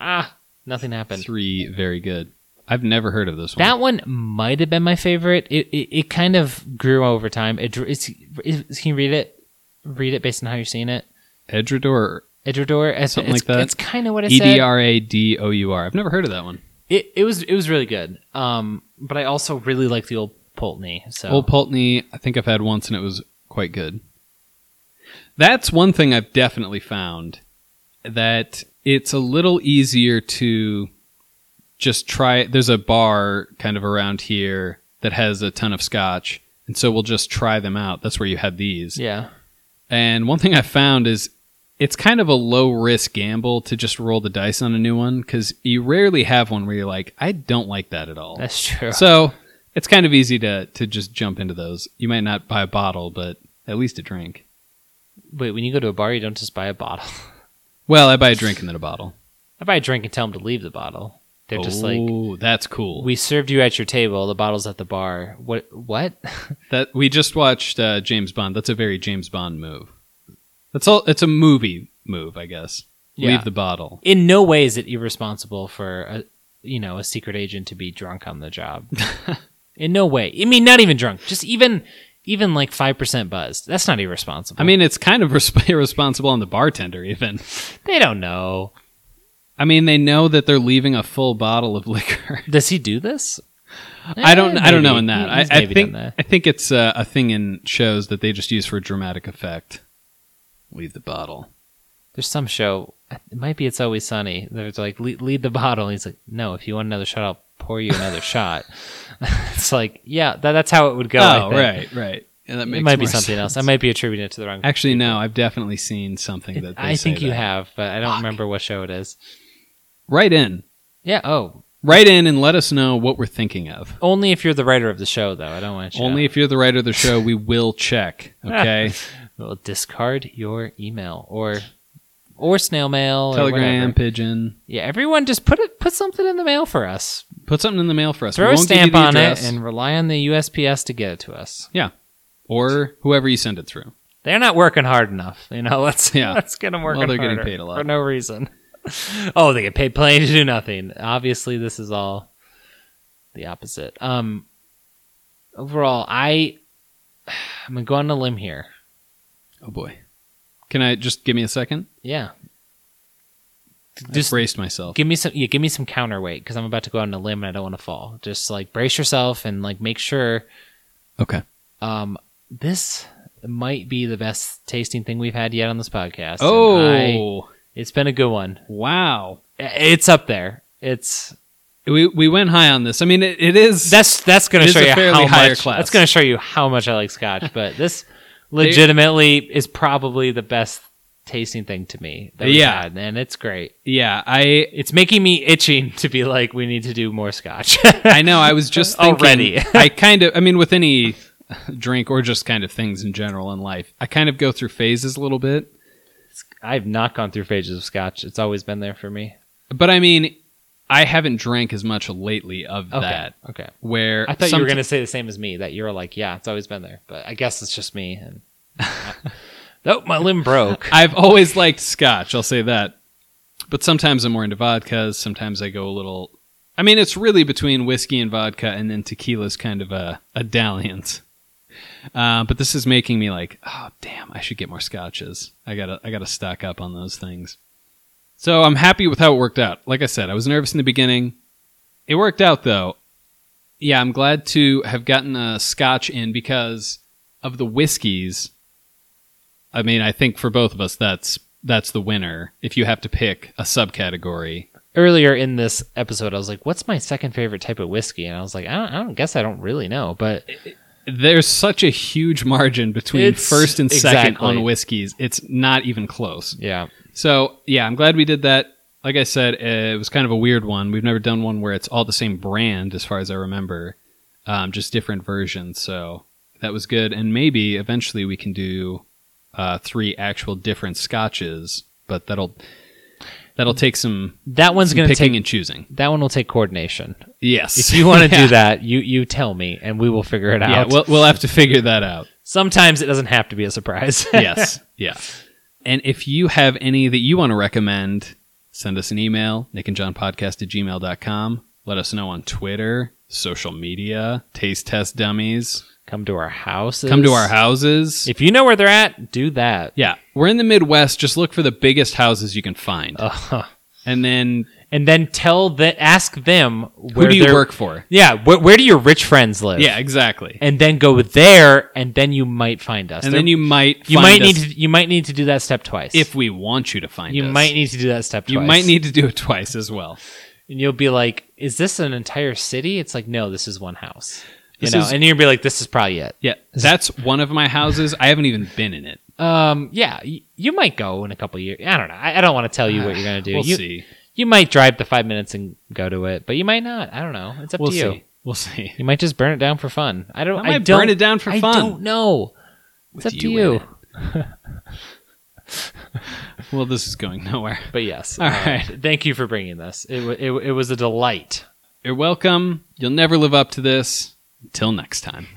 A: Ah, nothing happened.
B: three very good. I've never heard of this one.
A: That one might have been my favorite. It it, it kind of grew over time. It, dr- it's, it's can you read it? Read it based on how you're seeing it.
B: Edredor
A: Edredor, it's,
B: Something
A: it's,
B: like that.
A: It's kind of what I
B: E D
A: said.
B: R A D O U R. I've never heard of that one.
A: It it was it was really good. Um, but I also really like the old Pulteney. So
B: Old Pulteney, I think I've had once and it was quite good. That's one thing I've definitely found that it's a little easier to just try. There's a bar kind of around here that has a ton of scotch, and so we'll just try them out. That's where you had these.
A: yeah,
B: And one thing I found is it's kind of a low risk gamble to just roll the dice on a new one because you rarely have one where you're like, I don't like that at all.
A: that's true.
B: So it's kind of easy to to just jump into those. You might not buy a bottle, but at least a drink.
A: Wait, when you go to a bar, you don't just buy a bottle.
B: Well, I buy a drink and then a bottle.
A: I buy a drink and tell them to leave the bottle. They're just like,
B: oh, that's cool. We
A: "We served you at your table. The bottle's at the bar." What? What?
B: that we just watched uh, James Bond. That's a very James Bond move. That's all. It's a movie move, I guess.
A: Yeah.
B: Leave the bottle.
A: In no way is it irresponsible for a you know a secret agent to be drunk on the job. In no way. I mean, not even drunk. Just even even like five percent buzzed. That's not irresponsible.
B: I mean, it's kind of resp- irresponsible on the bartender, even.
A: they don't know.
B: I mean, they know that they're leaving a full bottle of liquor.
A: Does he do this?
B: I don't.
A: Eh,
B: I don't know
A: maybe.
B: in that.
A: He's
B: I, I
A: maybe
B: think.
A: done that.
B: I think it's uh, a thing in shows that they just use for dramatic effect. Leave the bottle.
A: There's some show. It might be It's Always Sunny. There's like lead, lead the bottle. And he's like, no, if you want another shot, I'll pour you another shot. it's like, yeah, that, that's how it would go. I
B: oh,
A: think.
B: right, right. Yeah, that
A: It
B: makes
A: might be
B: more
A: something else. I
B: sense.
A: might be attributing it to the wrong.
B: Actually, no. I've definitely seen something that. They
A: I
B: say
A: think you
B: that.
A: have, but I don't remember what show it is.
B: Right in.
A: Yeah. Oh,
B: Write in and let us know what we're thinking of.
A: only if you're the writer of the show, though. I don't want you.
B: Only if you're the writer of the show, we will check. Okay.
A: well, discard your email or or snail mail, or
B: Telegram,
A: whatever.
B: pigeon.
A: yeah, everyone, just put it put something in the mail for us.
B: Put something in the mail for us.
A: Throw
B: we
A: a
B: won't give you
A: stamp
B: the
A: on it
B: address
A: and rely on the USPS to get it to us.
B: or whoever you send it through.
A: they're not working hard enough. You know, let's
B: Yeah.
A: let's get them working.
B: they're getting
A: harder
B: paid a lot.
A: for no reason. oh, they get paid plenty to do nothing. Obviously, this is all the opposite. Um, overall, I I'm gonna go on a limb here.
B: Oh boy. Can I just give me a second?
A: Yeah,
B: Just
A: Just-
B: braced myself.
A: give me some. Yeah, give me some counterweight because I'm about to go on a limb and I don't want to fall. Just like brace yourself and like make sure.
B: Okay.
A: Um, this might be the best tasting thing we've had yet on this podcast. and I-
B: Oh.
A: it's been a good one.
B: Wow.
A: it's up there. It's
B: We we went high on this. I mean, it, it is
A: that's that's going
B: It
A: to
B: is
A: show
B: a
A: you
B: fairly
A: how
B: higher
A: much.
B: class.
A: That's going to show you how much I like Scotch. But this legitimately is probably the best tasting thing to me. That we've
B: Yeah.
A: had, and it's great.
B: yeah. I
A: It's making me itching to be like, we need to do more Scotch.
B: I know. I was just thinking,
A: Already.
B: I kind of. I mean, with any drink or just kind of things in general in life, I kind of go through phases a little bit.
A: I've not gone through phases of Scotch. It's always been there for me.
B: But I mean, I haven't drank as much lately of
A: Okay.
B: that.
A: Okay.
B: Where
A: I thought you were
B: somet-
A: going to say the same as me. That you're like, yeah, it's always been there. But I guess it's just me. And oh, my limb broke.
B: I've always liked scotch, I'll say that. But sometimes I'm more into vodkas, sometimes I go a little I mean, it's really between whiskey and vodka and then tequila's kind of a, a dalliance. Uh, but this is making me like, oh damn, I should get more scotches. I gotta I gotta stock up on those things. So I'm happy with how it worked out. Like I said, I was nervous in the beginning. It worked out though. Yeah, I'm glad to have gotten a scotch in because of the whiskeys. I mean, I think for both of us, that's that's the winner. If you have to pick a subcategory,
A: earlier in this episode, I was like, "What's my second favorite type of whiskey?" And I was like, "I don't, I don't guess I don't really know, but
B: there's such a huge margin between
A: It's-
B: first and second
A: exactly.
B: on whiskeys. It's not even close.
A: yeah,
B: So yeah, I'm glad we did that. Like I said, uh, it was kind of a weird one. We've never done one where it's all the same brand, as far as I remember, um, just different versions. So that was good. And maybe eventually we can do uh, three actual different scotches, but that'll that'll take some
A: That one's going to
B: picking
A: take
B: and choosing.
A: that one will take coordination.
B: Yes,
A: If you want to
B: Yeah.
A: do that, you you tell me and we will figure it out.
B: yeah, we'll we'll have to figure that out.
A: Sometimes it doesn't have to be a surprise.
B: yes. Yeah. And if you have any that you want to recommend, send us an email, nickandjohnpodcast at gmail.com. Let us know on Twitter, social media, taste test dummies.
A: Come to our houses.
B: Come to our houses.
A: If you know where they're at, do that.
B: yeah. We're in the Midwest. Just look for the biggest houses you can find.
A: Uh-huh.
B: and then
A: And then tell that ask them where
B: who do you
A: they're-
B: work for?
A: Yeah, where, where do your rich friends live?
B: Yeah, exactly.
A: and then go there, and then you might find us.
B: And
A: There-
B: then you might
A: you
B: find
A: might
B: us
A: need to you might need to do that step twice.
B: if we want you to find
A: you
B: us.
A: might need to do that step twice,
B: you might need to do it twice as well.
A: and you'll be like, "Is this an entire city?" It's like, no, this is one house. You
B: This
A: know,
B: is-
A: and you'll be like, "This is probably it."
B: Yeah, that's one of my houses. I haven't even been in it.
A: Um, yeah, y- you might go in a couple years. I don't know. I, I don't want to tell you what you're gonna do.
B: We'll
A: you,
B: see.
A: You might drive the five minutes and go to it, but you might not. I don't know. It's up
B: We'll
A: to you.
B: see. We'll see.
A: You might just burn it down for fun. I don't.
B: I
A: I,
B: might
A: don't,
B: burn it down for
A: I
B: fun.
A: don't know. It's
B: With
A: up to
B: you in
A: you.
B: it. Well, this is going nowhere.
A: But yes. um,
B: All right.
A: Thank you for bringing this. It, wa- it, wa- it was a delight.
B: You're welcome. You'll never live up to this. Until next time.